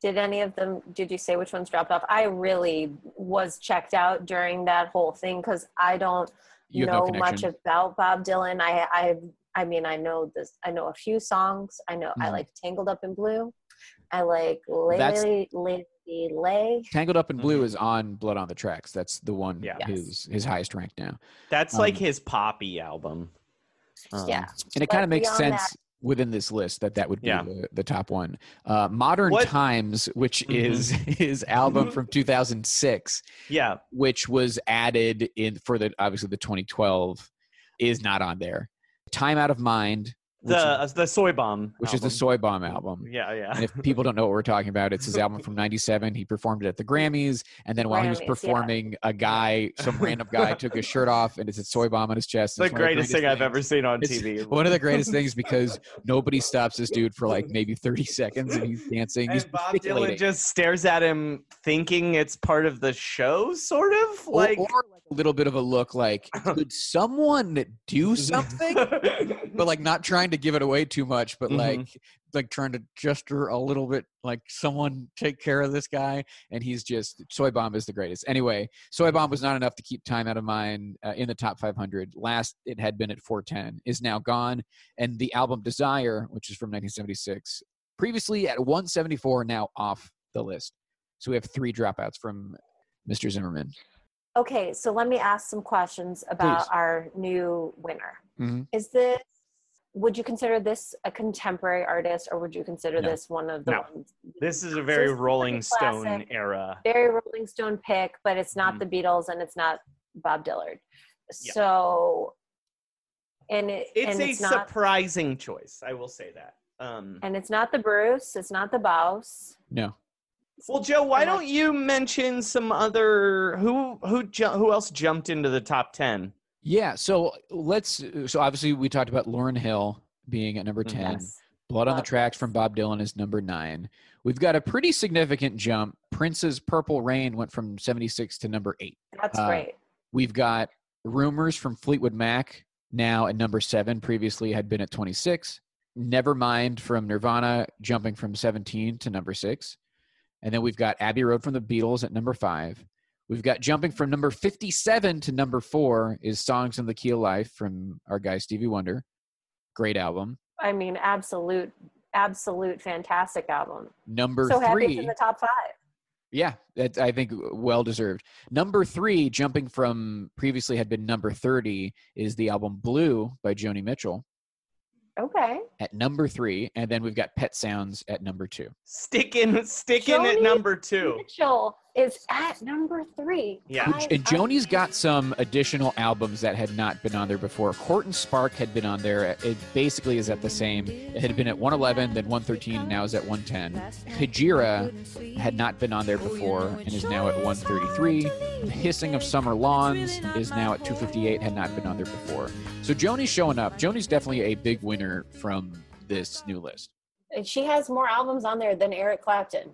Did any of them? Did you say which ones dropped off? I really was checked out during that whole thing because I don't You have know no connection. much about Bob Dylan. I, I, I mean, I know this. I know a few songs. I know I Mhm. like "Tangled Up in Blue." I like That's- "Lady Lady Lay." Tangled Up in Mm-hmm. Blue is on Blood on the Tracks. That's the one, Yeah. Yes. his, his highest rank now. That's like Um, his poppy album. Um, Yeah. And it But kind of makes beyond sense that- within this list that that would be Yeah. the, the top one. Uh, Modern What- Mm-hmm. Times, which is his album from 2006, yeah. which was added in for the obviously the 2012, is not on there. Time Out of Mind, which, The uh, the soy bomb, which is the album. Soy Bomb album. Yeah, And yeah. if people don't know what we're talking about, it's his album from '97. He performed it at the Grammys, and then while he was Grammys, yeah. performing, a guy, some random guy, took his shirt off, and it's a soy bomb on his chest. the It's one of greatest thing I've things. ever seen on It's TV. One of the greatest things because nobody stops this dude for like maybe 30 seconds and he's dancing. He's and Bob Dylan gesticulating. just stares at him, thinking it's part of the show, sort of Or- like. or, like a little bit of a look like, could someone do something? but like not trying to give it away too much, but Mhm. like like trying to gesture a little bit like someone take care of this guy. And he's just soy bomb is the greatest. Anyway, soy bomb was not enough to keep time out of mind uh, in the top 500. Last it had been at 410 is now gone, and the album Desire, which is from 1976, previously at 174, now off the list. So we have three dropouts from Mr. Zimmerman. Okay, so let me ask some questions about Please. our new winner. Mhm. Is this? Would you consider this a contemporary artist, or would you consider No. this one of the No. ones? This is a very this is a Rolling Stone classic. era. very Rolling Stone pick, but it's not the Beatles and it's not Bob Dillard. Mm. Yeah. So, and it, It's and a it's not surprising choice. I will say that. Um, and it's not the Bruce, it's not the Bouse. No. well, Joe, why and I- don't you mention some other who who ju- who else jumped into the top ten? Yeah. So let's. uh, So obviously, we talked about Lauren Hill being at number Mhm. 10. Yes. Blood on the Love Tracks this. from Bob Dylan is number nine. We've got a pretty significant jump. Prince's Purple Rain went from 76 to number eight. That's Uh, great. We've got Rumors from Fleetwood Mac now at number seven, previously had been at 26. Nevermind from Nirvana jumping from 17 to number six. And then we've got Abbey Road from the Beatles at number five. We've got jumping from number 57 to number four is Songs in the Key of Life from our guy Stevie Wonder. Great album. I mean, absolute, absolute fantastic album. Number so happy three. it's in the top five. Yeah, that I think well deserved. Number three, jumping from previously had been number thirty, is the album "Blue" by Joni Mitchell Okay. at number three, and then we've got "Pet Sounds" at number two. Sticking sticking at Joni number two. Mitchell is at number three. Yeah. Which- and Joni's got some additional albums that had not been on there before. Court and Spark had been on there. It basically is at the same. It had been at 111, then 113, and now is at 110. Hajira had not been on there Oh, before and is now at 133. The Hissing of Summer Lawns is now at 258, had not been on there before. So Joni's showing up. Joni's definitely a big winner from this new list. And she has more albums on there than Eric Clapton.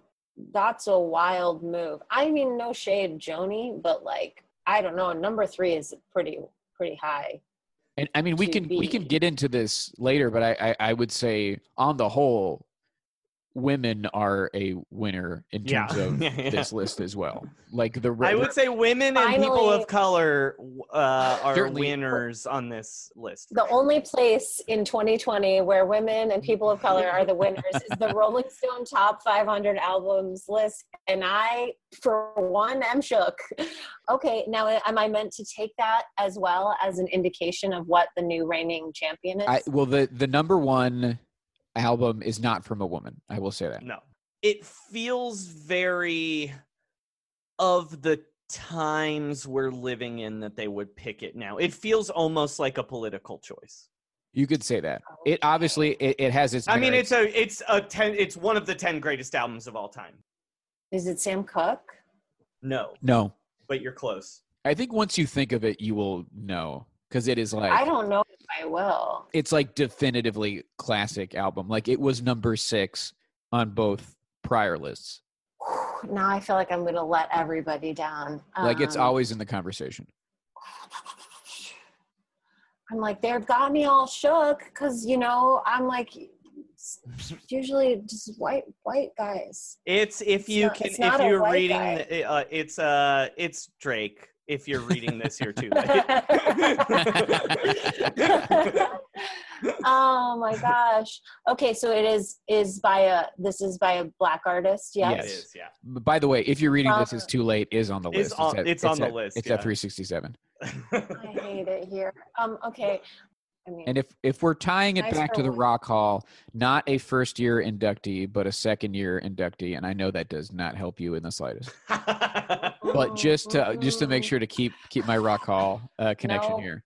That's a wild move. I mean, no shade, Joni, but like, I don't know. Number three is pretty, pretty high. And I mean, we to can we can be. get into this later, but I, I I would say on the whole, women are a winner in Yeah. terms of Yeah, yeah. this list as well. Like the I would say women and people Finally- of color uh, are Certainly. winners on this list. The only place in 2020 where women and people of color are the winners is the Rolling Stone Top 500 Albums list. And I, for one, am shook. Okay, now am I meant to take that as well as an indication of what the new reigning champion is? I, well the the number one album is not from a woman. I will say that. No. It feels very of the times we're living in that they would pick it now. It feels almost like a political choice. You could say that. It obviously it, it has its. I mean, merits. it's a it's a ten it's one of the ten greatest albums of all time. is it Sam Cooke? No, no. but you're close. I think once you think of it, you will know because it is like I don't know if I will. it's like definitively classic album. Like it was number six on both prior lists. Now I feel like I'm going to let everybody down. Like it's Um, always in the conversation. I'm like, they've got me all shook because you know I'm like, it's usually just white white guys. It's if you not- can it's not if a you're white reading guy. the- uh, it's uh it's Drake if you're reading this here too late. oh my gosh. Okay, so it is is by a this is by a black artist. It Yes. Yes. is, yeah. B- By the way, if you're reading this, Uh, is too late is on the It's list. on- it's on the at- list, It's yeah. at 367. I hate it here. Um. Okay. I mean, And if if we're tying it Nice back for to the one. Rock Hall, not a first year inductee, but a second year inductee, and I know that does not help you in the slightest. But just to just to make sure to keep keep my Rock Hall uh, connection No. here.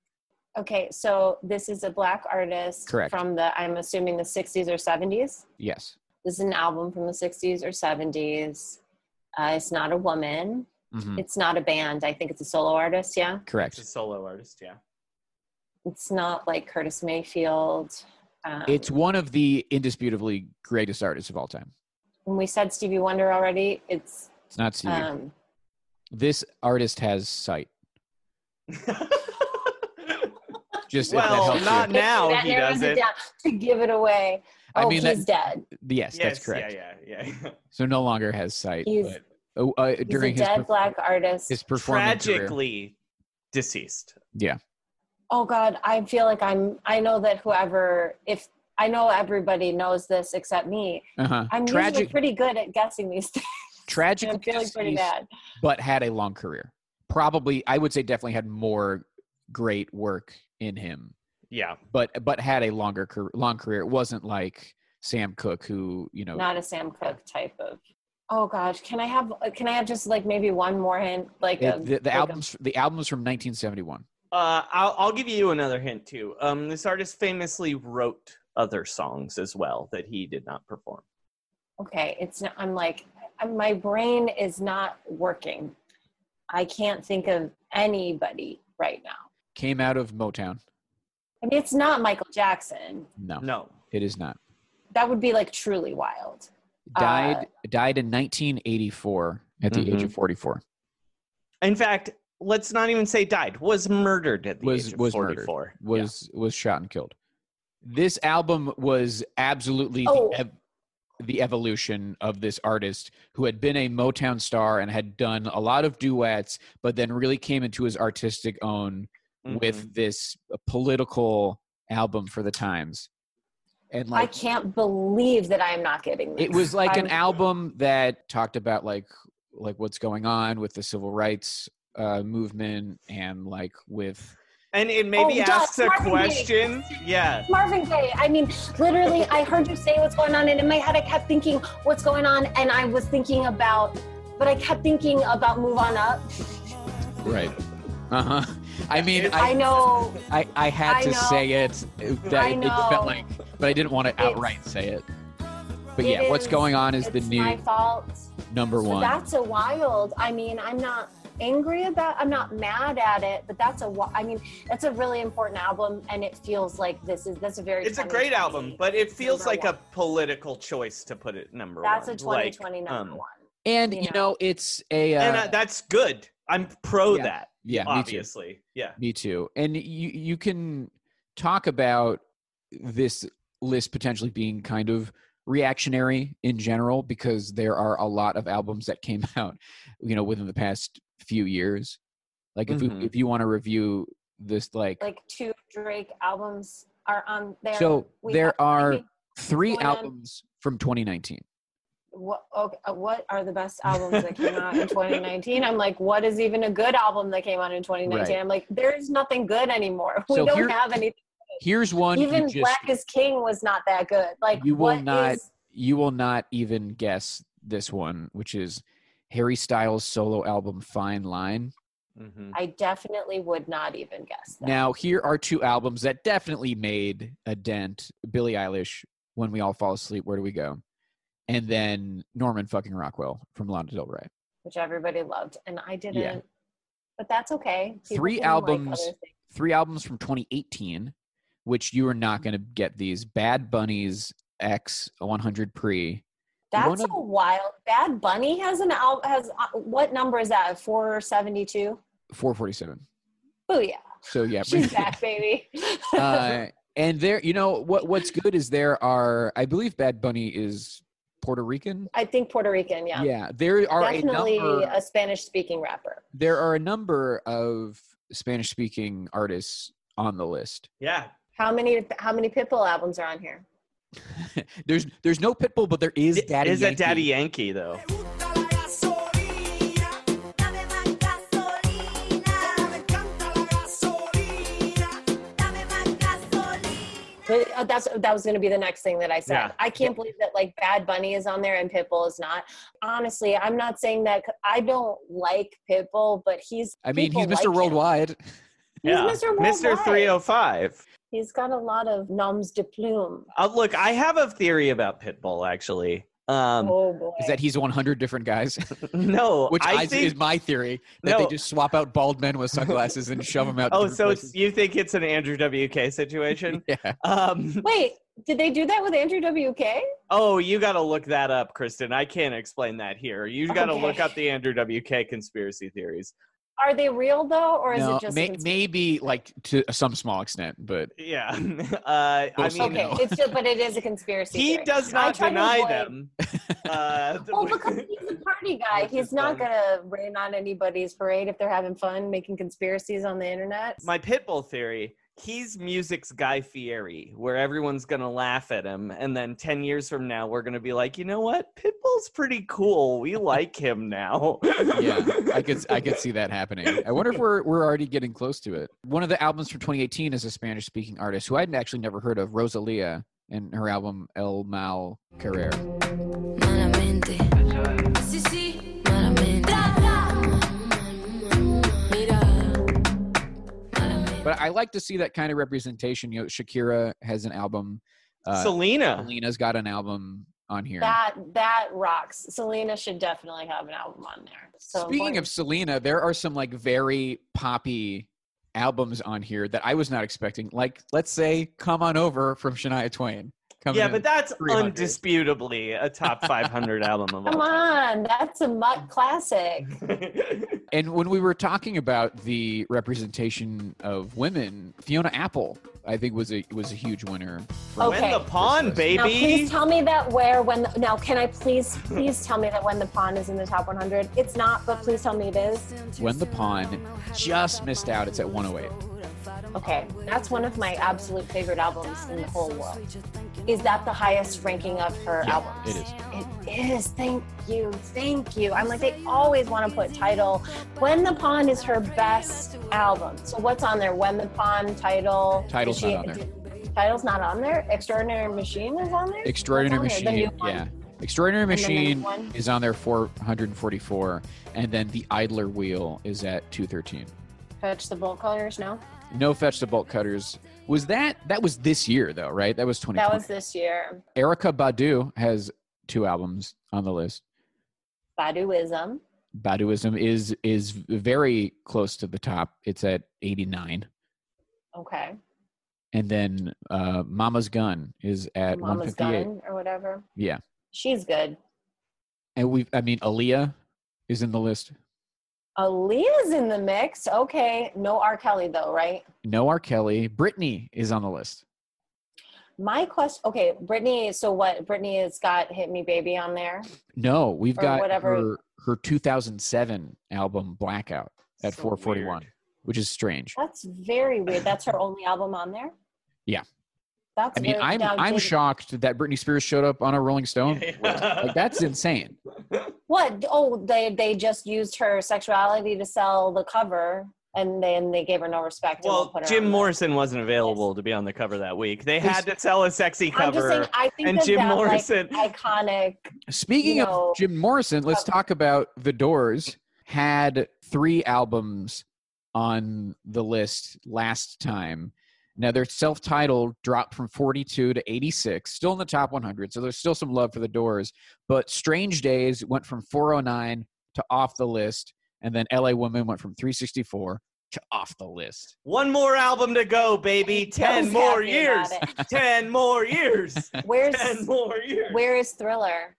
Okay, so this is a black artist Correct. from the I'm assuming the 60s or 70s. Yes. This is an album from the 60s or 70s. Uh, it's not a woman. Mhm. It's not a band. I think it's a solo artist. Yeah, It's a Correct. solo artist, yeah. it's not like Curtis Mayfield. Um, It's one of the indisputably greatest artists of all time. when we said Stevie Wonder already. It's It's not Stevie. Uh. um, this artist has sight. Just Well, if that helps not you. now that he narrows does it it. down to give it away. I oh, mean that- he's dead. Yes, yes, that's correct. Yeah, yeah, yeah. So no longer has sight. He's- but, oh, uh, He's during a his dead perf- black artist. his performance career. Tragically deceased. Oh God, I feel like I'm. I know that whoever, if I know everybody knows this except me, Uh-huh. I'm usually Tragic, pretty good at guessing these things. tragically I'm feeling pretty deceased, bad. but had a long career. Probably, I would say, definitely had more great work in him, Yeah. but but had a longer car- long career. It wasn't like Sam Cooke, who you know, Not a Sam Cooke type of. Oh gosh, can I have can I have just like maybe one more hint? Like it- a, the, like the a- albums the albums from 1971. Uh, I'll, I'll give you another hint too. Um, this artist famously wrote other songs as well that he did not perform. okay, it's not, I'm like I'm- my brain is not working. I can't think of anybody right now. Came out of Motown. I mean, it's not Michael Jackson. No, No. it is not. That would be like truly wild. Uh, Died died in 1984 at the age of 44. In fact, let's not even say died. Was murdered at the Was age of was murdered. 44. Yeah. Was was shot and killed. This album was absolutely Oh. the, ev- the evolution of this artist who had been a Motown star and had done a lot of duets, but then really came into his artistic own Mhm. Mm-hmm. with this uh, political album for the times. And I like can't believe that I am not getting this. it was like an I'm- album that talked about like like what's going on with the civil rights uh movement and like with and it maybe Oh, asks a Doc Martin. question. Yeah. Marvin Gaye. I mean, literally, I heard you say what's going on, and in my head, I kept thinking, what's going on? And I was thinking about, but I kept thinking about Move On Up. right uh-huh i mean I, i know i, I had I to know. say it it- that I it, know. felt like but i didn't want to outright say it but It yeah what's is- going on is it's the my new fault. number So one that's a wild. I mean, I'm not angry about I'm not mad at it, but that's a wi- I mean, that's a really important album and it feels like this is that's a very It's a 2020. great album, but it feels Number like one. a political choice to put it number that's a one. 2020 Like, number um, one. and you you know. know it's a uh, And uh, that's good. I'm pro Yeah. that, yeah me too obviously. Yeah. Me too. And you you can talk about this list potentially being kind of reactionary in general because there are a lot of albums that came out, you know, within the past few years. Like if Mhm. we, if you want to review this like, Mm-hmm. Like two Drake albums are on there. so We- there are mean, three one, um, albums from 2019. what okay, uh, what are the best albums that came out in 2019 i'm like what is even a good album that came out in 2019 Right. i'm like there's nothing good anymore we So don't here- have anything Here's one you even just- black is king was not that good like You will what not- is- you will not even guess this one, which is Harry Styles' solo album Fine Line. Mhm. i definitely would not even guess that Now, here are two albums that definitely made a dent Billie Eilish, When We All Fall Asleep, Where Do We Go? And then Norman fucking Rockwell from Lana Del Rey. which everybody loved and i didn't but that's okay People Three can like albums- other things. Three albums from 2018, which you are not going to get these Bad Bunnies X 100 Pre. that's of- a wild bad bunny has an album has uh, what number is that 472 447. oh yeah So, yeah. she's back baby uh, and there, you know, what what's good is there are, I believe Bad Bunny is Puerto Rican. i think puerto rican yeah there are definitely a number a Spanish speaking rapper. there are a number of Spanish speaking artists on the list. Yeah. How many how many Pitbull albums are on here? There's there's no Pitbull, but there is Daddy. is Yankee. a Daddy Yankee, though. But, uh, that's that was going to be the next thing that I said. Yeah. I can't believe that like Bad Bunny is on there and Pitbull is not. Honestly, I'm not saying that c- I don't like Pitbull, but he's I mean, he's people Mr. like him. Worldwide. He's Mr. Worldwide. 305. He's got a lot of noms de plume. Uh, look, I have a theory about Pitbull, actually. Um, oh boy, Is that he's 100 different guys? No, Which I I think. is my theory that No. they just swap out bald men with sunglasses and shove them out. oh, different so it's, places. you think it's an Andrew WK situation? yeah. um, Wait, did they do that with Andrew WK? oh, you got to look that up, Kristen. I can't explain that here. You got to Okay. look up the Andrew WK conspiracy theories. Are they real though, or is No, it just may- a conspiracy? maybe like to some small extent, but Yeah. Uh, I We'll mean, see okay? no. It's just, but it is a conspiracy. he theory. does I not try to deny avoid- them. Uh, Well, because he's a party guy. Which He's is not fun. gonna rain on anybody's parade if they're having fun making conspiracies on the internet. my pitbull theory he's music's guy fieri where everyone's gonna laugh at him and then 10 years from now we're gonna be like you know what pitbull's pretty cool we like him now yeah, I could I could see that happening. I wonder if we're we're already getting close to it. One of the albums from 2018 is a Spanish speaking artist who I'd actually never heard of, Rosalia, and her album El Mal Carrer. Malamente. Sí, sí. Malamente. Mira. Malamente. But I like to see that kind of representation. You know, Shakira has an album. Uh, Selena. Selena's got an album on here. That that rocks. Selena should definitely have an album on there. So Speaking of Selena, there are some like very poppy albums on here that I was not expecting. Like, let's say "Come On Over" from Shania Twain. Coming Yeah, in. but that's 300. undisputably a top 500 album of all come time. on, that's a mutt classic. and when we were talking about the representation of women, Fiona Apple, I think was a was a huge winner. for Okay. When the pawn, Now, Now, please baby. tell me that where when the, now can I please please tell me that when the pond is in the top 100? It's not, but please tell me it is. When the pawn just missed out, it's at 108. Okay, that's one of my absolute favorite albums in the whole world. Is that the highest ranking of her Yeah, albums? it is. It is. Thank you. Thank you. I'm like they always want to put title. When the Pond is her best album. So what's on there? When the Pond title. Title's Is she- not on Title's not on there. Extraordinary Machine is on there. Extraordinary What's on there? The Machine, new one. yeah. Extraordinary And then the new Machine one. is on there 444, and then The Idler Wheel is at 213. Fetch the Bolt Cutters. No, No fetch the bolt cutters. Was that that was this year though, right? That was 2020. that was this year. Erica Badu has two albums on the list. Baduism. Baduism is is very close to the top. It's at 89. Okay. And then uh, Mama's Gun is at Mama's 158. Gun or whatever. Yeah. She's good. And we I mean Aaliyah is in the list. Aaliyah's in the mix. Okay. No R. Kelly, though, right? No R. Kelly. Britney is on the list. My question okay, Brittany. So, what? Brittany has got Hit Me Baby on there. No, we've Or got whatever. her her 2007 album Blackout at So 441, weird. which is strange. That's very weird. That's her only album on there. Yeah. That's I mean, weird. I'm Now, I'm did- shocked that Britney Spears showed up on a Rolling Stone. Yeah. list. Like that's insane. What? Oh, they they just used her sexuality to sell the cover, and then they gave her no respect. and Well, won't put her on Jim the- Morrison wasn't available to be on the cover that week. They had to sell a sexy I'm just saying. cover. I think and that Jim that, like, Morrison. iconic. Speaking No. of Jim Morrison, let's talk about The Doors. Had three albums on the list last time. Now their self-titled dropped from 42 to 86, still in the top 100. So there's still some love for The Doors, but Strange Days went from 409 to off the list, and then LA Woman went from 364 to off the list. One more album to go, baby. Ten Joe's more happy about years. Ten more years. it. Where's Ten more years. Where is Thriller?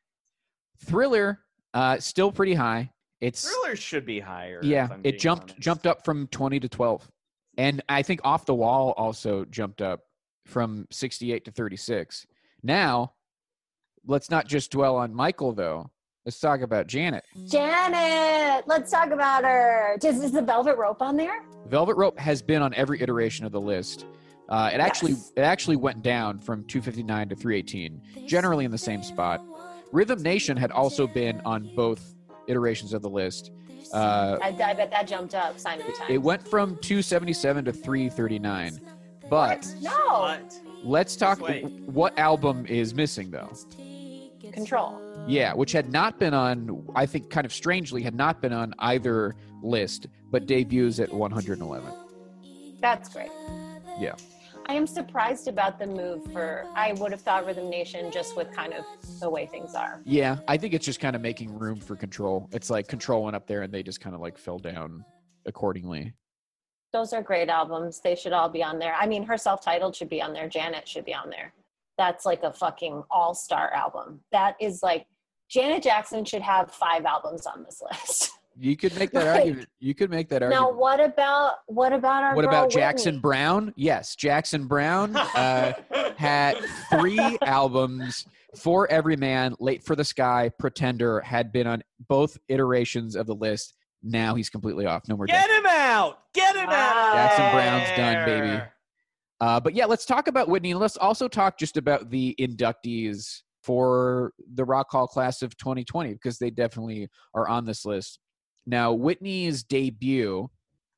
Thriller uh, still pretty high. It's Thriller should be higher. yeah if I'm it being jumped honest. jumped up from 20 to 12 and i think off the wall also jumped up from 68 to 36 now let's not just dwell on michael though let's talk about janet Janet. Let's talk about her. Is, is the velvet rope on there? velvet rope has been on every iteration of the list uh, it actually Yes. it actually went down from 259 to 318 generally in the same spot rhythm nation had also been on both iterations of the list uh, I, I bet that jumped up. Simon time. it went from 277 to 339 but no What? Let's talk. wait. What album is missing though? control. Yeah, which had not been on. I think kind of strangely had not been on either list, but debuts at 111. That's great. Yeah, I am surprised about the move for. I would have thought Rhythm Nation just with kind of the way things are. yeah. I think it's just kind of making room for Control. It's like Control went up there, and they just kind of like fell down accordingly. Those are great albums. They should all be on there. I mean, her self-titled should be on there. Janet should be on there. That's like a fucking all-star album. That is like Janet Jackson should have five albums on this list. You could make that Right. argument. You could make that Now, argument. what about what about our what girl about Whitney? Jackson Brown? Yes, Jackson Brown. Uh, had three albums for Everyman, Late for the Sky, Pretender had been on both iterations of the list. Now he's completely off. No more. Get Jack- him out! Get him out! Jackson Brown's done, baby. Uh, but yeah, let's talk about Whitney. Let's also talk just about the inductees for the Rock Hall class of 2020 because they definitely are on this list. Now, Whitney's debut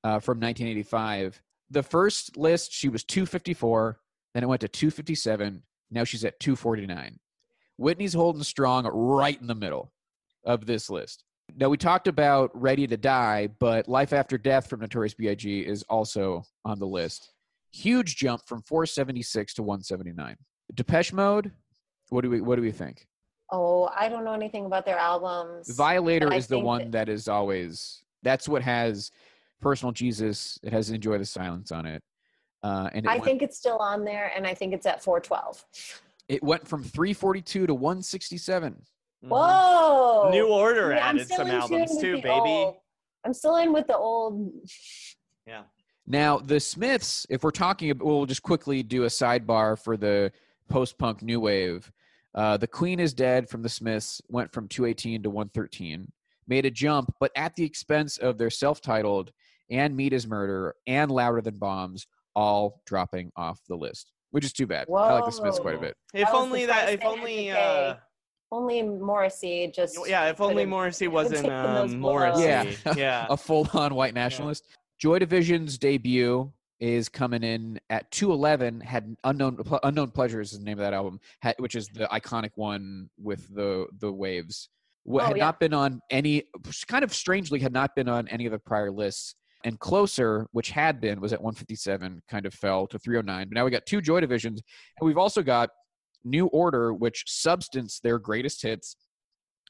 uh, from 1985, the first list, she was 254, then it went to 257, Now she's at 249. Whitney's holding strong right in the middle of this list. Now we talked about Ready to Die, but Life After Death from Notorious B.I.G. is also on the list. Huge jump from 476 to 179. Depeche Mode. What do we What do we think? Oh, I don't know anything about their albums. Violator I is the think one that is always. That's what has personal Jesus. It has Enjoy the Silence on it, uh, and it I went- think it's still on there, and I think it's at 412. it went from 342 to 167. Mhm. Whoa! New Order Yeah, I'm added still some in tune albums with too, the baby. old- I'm still in with the old. Yeah. Now, the Smiths, if we're talking about, we'll just quickly do a sidebar for the post punk new wave. Uh, the Queen is Dead from the Smiths went from 218 to 113, made a jump, but at the expense of their self titled and Meat is Murder and Louder Than Bombs, all dropping off the list, which is too bad. I like the Smiths quite a bit. If That was the only that. first If thing I could only. say. Uh, Only Morrissey just. yeah. If only could've- Morrissey wasn't taken those um, blows. Morrissey. Yeah. yeah. a full on white nationalist. Joy Division's debut is coming in at 211 had unknown Ple- unknown pleasures is the name of that album ha which is the iconic one with the the waves what Oh, had yeah. not been on any kind of strangely had not been on any of the prior lists and closer which had been was at 157 kind of fell to 309 but now we got two joy divisions and we've also got new order which substance their greatest hits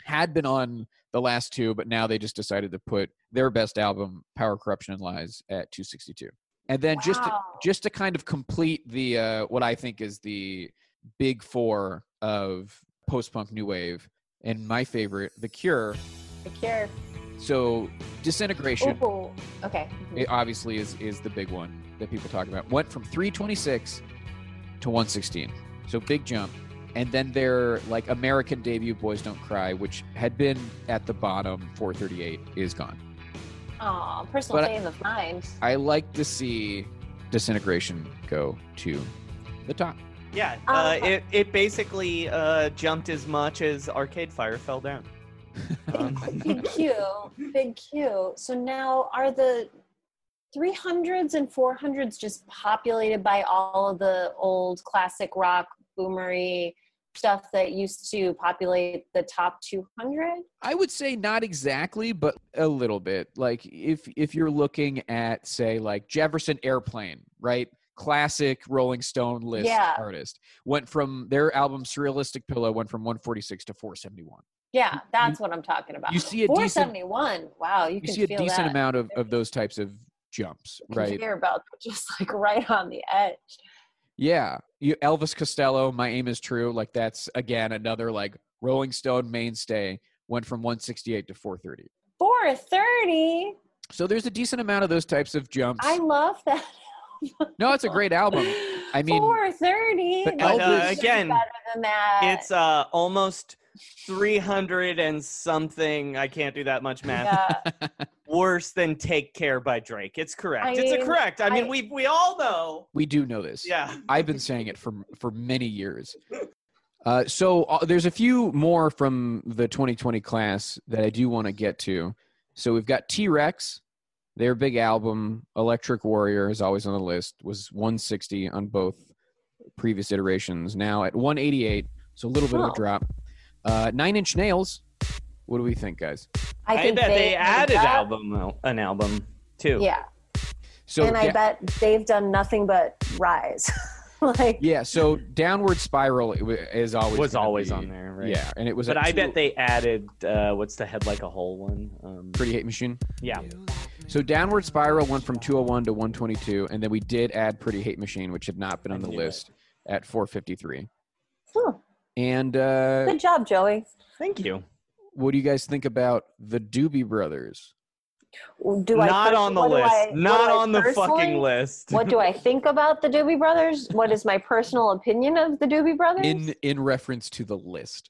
had been on the last two, but now they just decided to put their best album, Power, Corruption, and Lies, at 262. And then just to, Wow. just to kind of complete the uh, what I think is the big four of post punk new wave, and my favorite, The Cure. The Cure. So Disintegration Ooh. Okay. it obviously is is the big one that people talk about. Went from 326 to 116, so big jump. And then their like American debut, Boys Don't Cry, which had been at the bottom 438, is gone. Aw, personal But I- fame of mine. I like to see disintegration go to the top. Yeah. Um, Uh, it it basically uh, jumped as much as Arcade Fire fell down. Um, Big Q. Big Q. So now are the 300s and 400s just populated by all of the old classic rock, boomery stuff that used to populate the top 200? I would say not exactly, but a little bit. Like if if you're looking at say like Jefferson Airplane, right? Classic Rolling Stone list Yeah. artist went from their album Surrealistic Pillow went from 146 to 471. Yeah, that's what I'm talking about. you see a decent- 471. wow, you, You can see a feel decent that. amount of of those types of jumps, You can right? hear about just like right on the edge. Yeah, you, Elvis Costello, "My Aim Is True," like that's again another like Rolling Stone mainstay. Went from 168 to 430. 430. So there's a decent amount of those types of jumps. I love that. no, it's a great album. I mean, 430. but Like, Elvis- you Uh, should do again, better than that. it's uh, almost 300 and something. I can't do that much math. yeah. Worse than "Take Care" by Drake. It's correct. I it's a mean, correct. I mean, I- we we all know. we do know this. Yeah. I've been saying it for for many years. Uh, so uh, there's a few more from the 2020 class that I do want to get to. So we've got T Rex, their big album Electric Warrior is always on the list. Was 160 on both previous iterations. Now at 188, so a little bit of Oh. a drop. Uh, Nine Inch Nails. What do we think, guys? I, bet they, made added that- album uh, an album too. Yeah. So and I da- bet they've done nothing but rise. like, yeah, so Downward Spiral i- is always was gonna always be- on there, right? Yeah, and it was. But at I two- bet they added uh, what's the head like a hole one? Um, Pretty Hate Machine. yeah. So downward spiral went from 201 to 122, and then we did add Pretty Hate Machine, which had not been on the knew it. list at 453. hmm, And uh, good job, Joey. Thank you. what do you guys think about the Doobie Brothers? Do I Not pers- on the what do list. I- what Not do I on the personally- fucking list. what do I think about the Doobie Brothers? What is my personal opinion of the Doobie Brothers? In in reference to the list,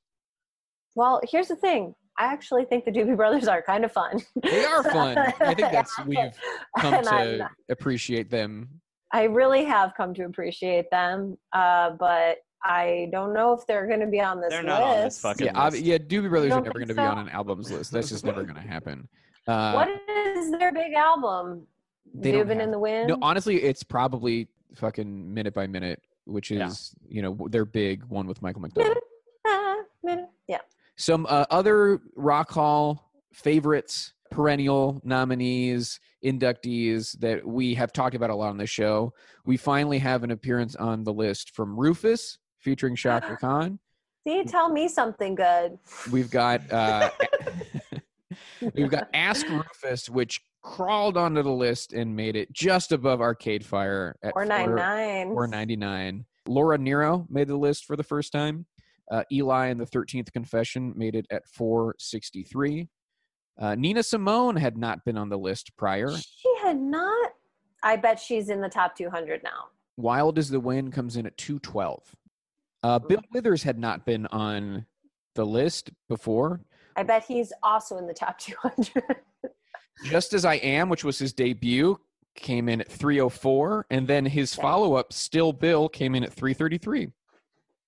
well, here's the thing. I actually think the Doobie Brothers are kind of fun. they are fun. I think that's we've come And I'm to not- appreciate them. I really have come to appreciate them, uh, but I don't know if they're going to be on this They're list. not on this fucking Yeah, obvi- list. yeah. Doobie Brothers are don't never think going to be so. on an albums list. That's just never going to happen. Uh, what is their big album? they don't Dubin in have- the Wind. No, honestly, it's probably fucking minute by minute which Yeah. is you know their big one with Michael McDonald. Yeah. Some uh, other Rock Hall favorites, perennial nominees, inductees that we have talked about a lot on the show. We finally have an appearance on the list from Rufus featuring Shaka Khan. See, Mm-hmm. tell me something good. We've got uh, we've got Ask Rufus, which crawled onto the list and made it just above Arcade Fire at Or nine four- nine. or 99. Laura Nero made the list for the first time. Uh, Eli and the 13th Confession made it at 463. Uh, Nina Simone had not been on the list prior. She had not. I bet she's in the top 200 now. Wild as the Wind comes in at 212. Uh, Bill Withers had not been on the list before. I bet he's also in the top 200. Just as I Am, which was his debut, came in at 304. And then his follow up, Still Bill, came in at 333.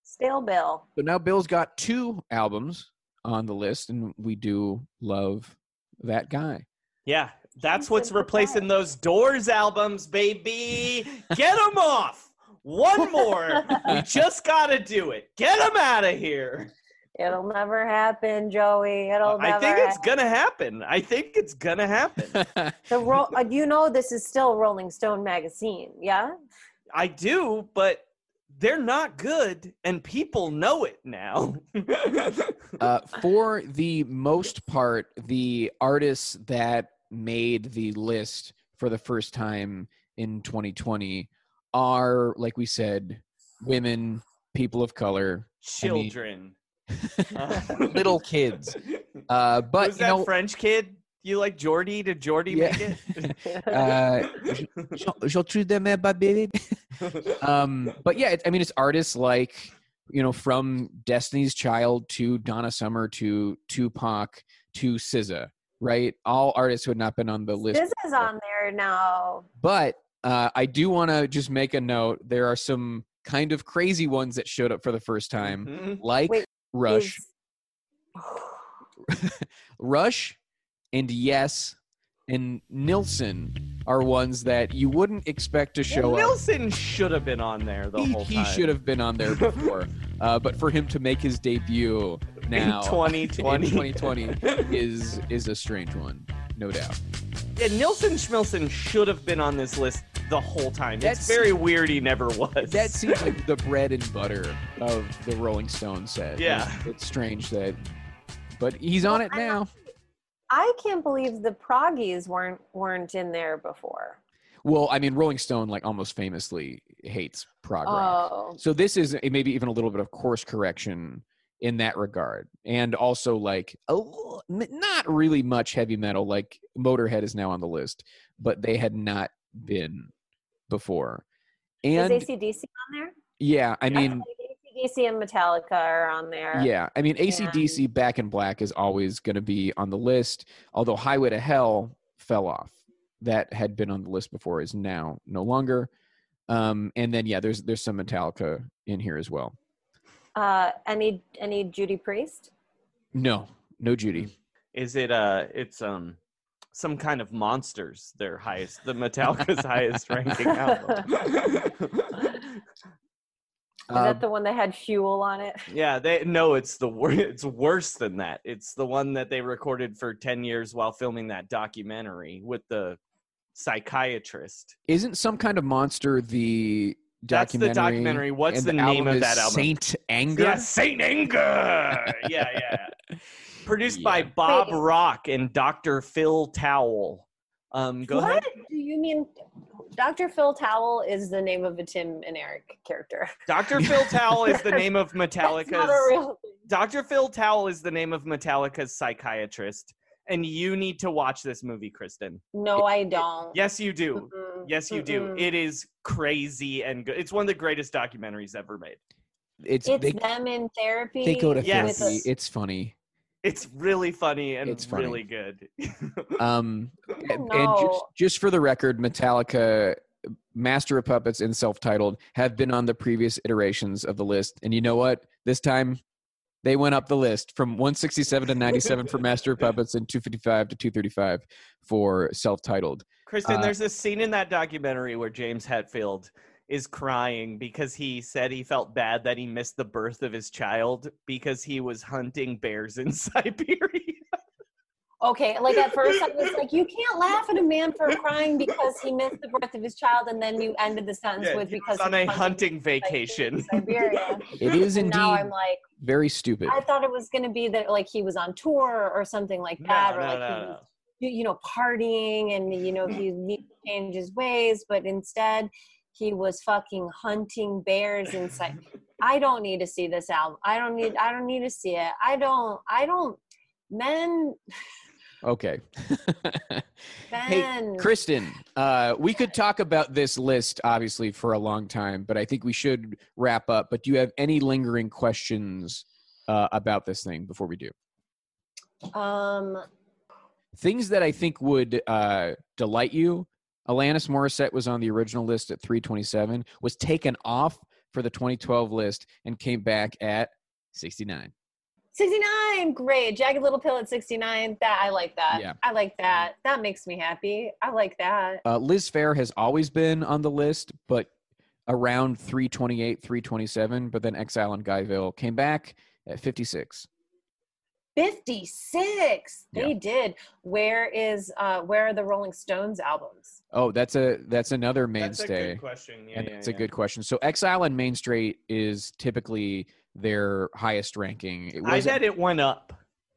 Stale Bill. So now Bill's got two albums on the list, and we do love that guy. Yeah, that's Sounds what's good to replacing those Doors albums, baby. Get them off. One more. we just got to do it. Get them out of here. It'll never happen, Joey. It'll never I think it's happen. going to happen. I think it's going to happen. The ro- uh, you know this is still Rolling Stone magazine, yeah? I do, but they're not good and people know it now. uh, for the most part, the artists that made the list for the first time in 2020 are, like we said, women, people of color, Children. little kids. Uh, but Who's you that know, French kid? You like Jordy? Did Jordy Yeah. make uh, it? J'en- j'en tue de ma baby. um, but yeah, it, I mean, it's artists like you know from Destiny's Child to Donna Summer to Tupac to SZA, right? All artists who had not been on the list. This is on there now. But uh, I do want to just make a note. There are some kind of crazy ones that showed up for the first time, Mhm. like Wait, Rush, oh, Rush, and Yes, and Nilsson are ones that you wouldn't expect to show up. Nilsson should have been on there the he, whole he time. should have been on there before uh, but for him to make his debut now in 2020. in 2020 is is a strange one no doubt Yeah, Nilsson Schmilson should have been on this list the whole time. That's- it's very weird he never was. that seems like the bread and butter of the rolling stone set Yeah. it's, it's strange that but he's on it now I can't believe the Proggies weren't weren't in there before. well i mean rolling stone like almost famously hates prog rock Oh, so this is a- maybe even a little bit of course correction in that regard and also like a l- n- not really much heavy metal like motorhead is now on the list but they had not been before is and ACDC on there? yeah i I mean feel like ACDC and Metallica are on there. yeah i mean acdc back in black is always going to be on the list although highway to hell fell off that had been on the list before is now no longer um and then yeah there's there's some metallica in here as well Uh, any any Judy Priest? no no judy Is it uh it's um some kind of monsters their highest the Metallica's highest ranking album. Is Um, that the one that had fuel on it? yeah, they no, it's the wor- it's worse than that. It's the one that they recorded for 10 years while filming that documentary with the psychiatrist. Isn't some kind of monster the That's the documentary? documentary. What's and the, name album of is that album? Saint Anger. Yeah, Saint Anger. yeah, yeah. Produced by Yeah. Bob Wait. Rock and Dr. Phil Towell. Um, go what ahead. do you mean? Dr. Phil Towell is the name of a Tim and Eric character. Dr. Phil Towell is the name of That's not a Metallica's. real thing. Dr. Phil Towell is the name of Metallica's psychiatrist, and you need to watch this movie, Kristen. No, I don't. Yes, you do. Mm-mm. Yes, you do. Mm-mm. It is crazy and good. It's one of the greatest documentaries ever made. It's, it's they, them in therapy. they go to Yes. therapy. It's funny. It's really funny and It's funny. really good. Um, and- and just, know. just for the record, Metallica, Master of Puppets, and self-titled have been on the previous iterations of the list. And you know what? This time, they went up the list from 167 to 97 for Master of Puppets and 255 to 235 for self-titled. Kristen, Uh, there's this scene in that documentary where James Hetfield is crying because he said he felt bad that he missed the birth of his child because he was hunting bears in Siberia. Okay, like at first I was like, you can't laugh at a man for crying because he missed the birth of his child, and then you ended the sentence Yeah, with he was because on he a was hunting in vacation. Siberia. It is and now indeed I'm like, very stupid. I thought it was going to be that like he was on tour or something like that, or like he was, you you know, partying and you know he needed to change his ways, but instead he was fucking hunting bears inside. I don't need to see this album. I don't need. I don't need to see it. I don't. I don't. Men. Okay. hey, Men. Kristen, uh, we could talk about this list obviously for a long time, but I think we should wrap up. But do you have any lingering questions uh, about this thing before we do? Um. Things that I think would uh, delight you. Alanis Morissette was on the original list at 327, was taken off for the 2012 list, and came back at 69. 69 great jagged little pill at 69 that i like that Yeah. i like that that makes me happy i like that Uh, Liz Fair has always been on the list, but around 328, 327, but then Exile and Guyville came back at 56. 56 they did where is uh where are the rolling stones albums Oh, that's a that's another That's a mainstay. good question. Yeah, and yeah, that's a yeah. good question. So Exile and Main Street is typically their highest ranking. It I was bet it went up.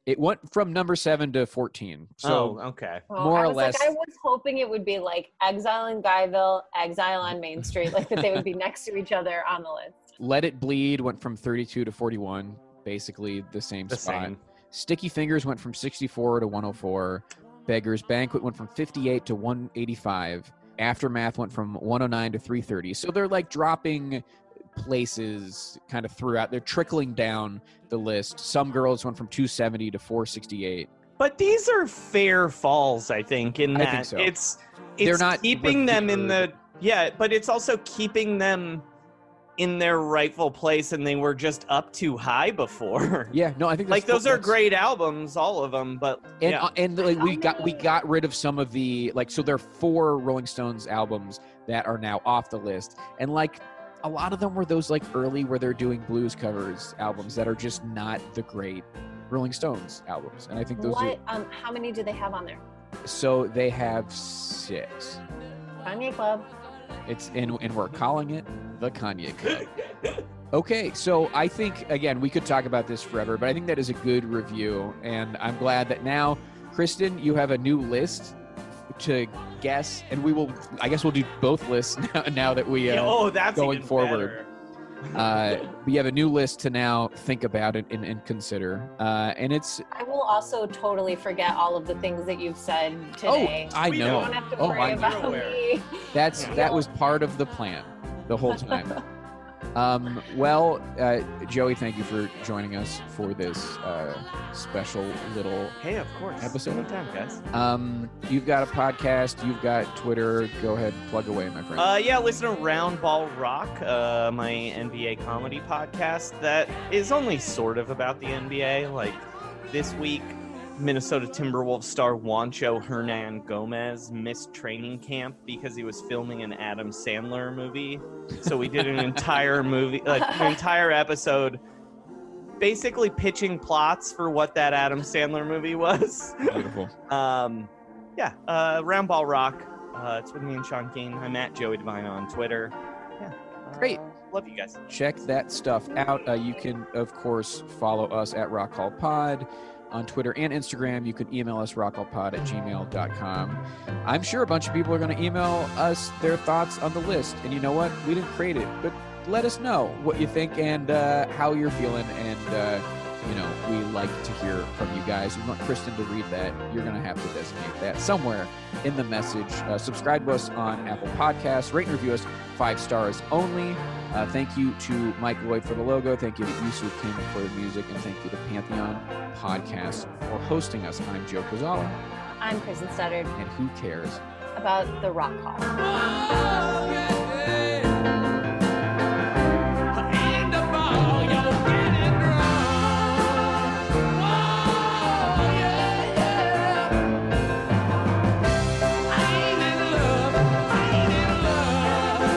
it went from number 7 to 14. So oh, okay. Oh, More I or was less. like i was hoping it would be like exile in guyville exile on main street like that they would be next to each other on the list Let It Bleed went from 32 to 41, basically the same The spot. same. Sticky Fingers went from 64 to 104. Beggar's Banquet went from 58 to 185. Aftermath went from 109 to 330. So they're like dropping places kind of throughout. They're trickling down the list. Some girls went from 270 to 468. But these are fair falls, I think. In I that think so. it's it's They're not keeping them in the revered. yeah, but it's also keeping them in their rightful place, and they were just up too high before. Yeah, no, I think like that's- those are that's- great albums, all of them. But And yeah, uh, and like, we How got we many- got rid of some of the like so there are four Rolling Stones albums that are now off the list and like a lot of them were those like early where they're doing blues covers albums that are just not the great Rolling Stones albums and I think those what um how many do they have on there are so they have six kanye club it's and and we're calling it the Kanye Club. Okay, so I think again we could talk about this forever, but I think that is a good review, and I'm glad that now, Kristen, you have a new list to guess, and we will. I guess we'll do both lists now. Now that we, yeah, uh, oh, that's going even forward. better. uh, we have a new list to now think about it and, and consider, uh, and it's i will also totally forget all of the things that you've said today oh, I We you know. don't have to Oh, worry I know. about me That's Yeah. that was part of the plan the whole time. um, well, uh, Joey, thank you for joining us for this uh, special little. Hey, of course. Episode. time, guys. Um, you've got a podcast. You've got Twitter. Go ahead, plug away, my friend. Uh, yeah, listen to Roundball Rock, uh, my NBA comedy podcast that is only sort of about the NBA. Like this week, Minnesota Timberwolves star Juancho Hernan Gomez missed training camp because he was filming an Adam Sandler movie. So we did an entire movie, like an entire episode, basically pitching plots for what that Adam Sandler movie was. Beautiful. Um, yeah, uh, Roundball Rock. Uh, it's with me and Sean King. I'm at Joey Divine on Twitter. Yeah. Uh, Great. Love you guys. check that stuff out. Uh, you can, of course, follow us at Rock Hall Pod on Twitter and Instagram. You can email us rockhallpod at gmail.com. I'm sure a bunch of people are going to email us their thoughts on the list. And you know what? We didn't create it, but let us know what you think and uh, how you're feeling. And, uh, you know, we like to hear from you guys. We want Kristen to read that. You're going to have to designate that somewhere in the message. Uh, subscribe to us on Apple Podcasts. Rate and review us five stars only. Uh, thank you to Mike Lloyd for the logo. Thank you to Yusuf Kim for the music. And thank you to Pantheon Podcast for hosting us. I'm Joe Kozala, i'm kristen studdard and who cares? about the rock hall I ain't in love. I ain't in love.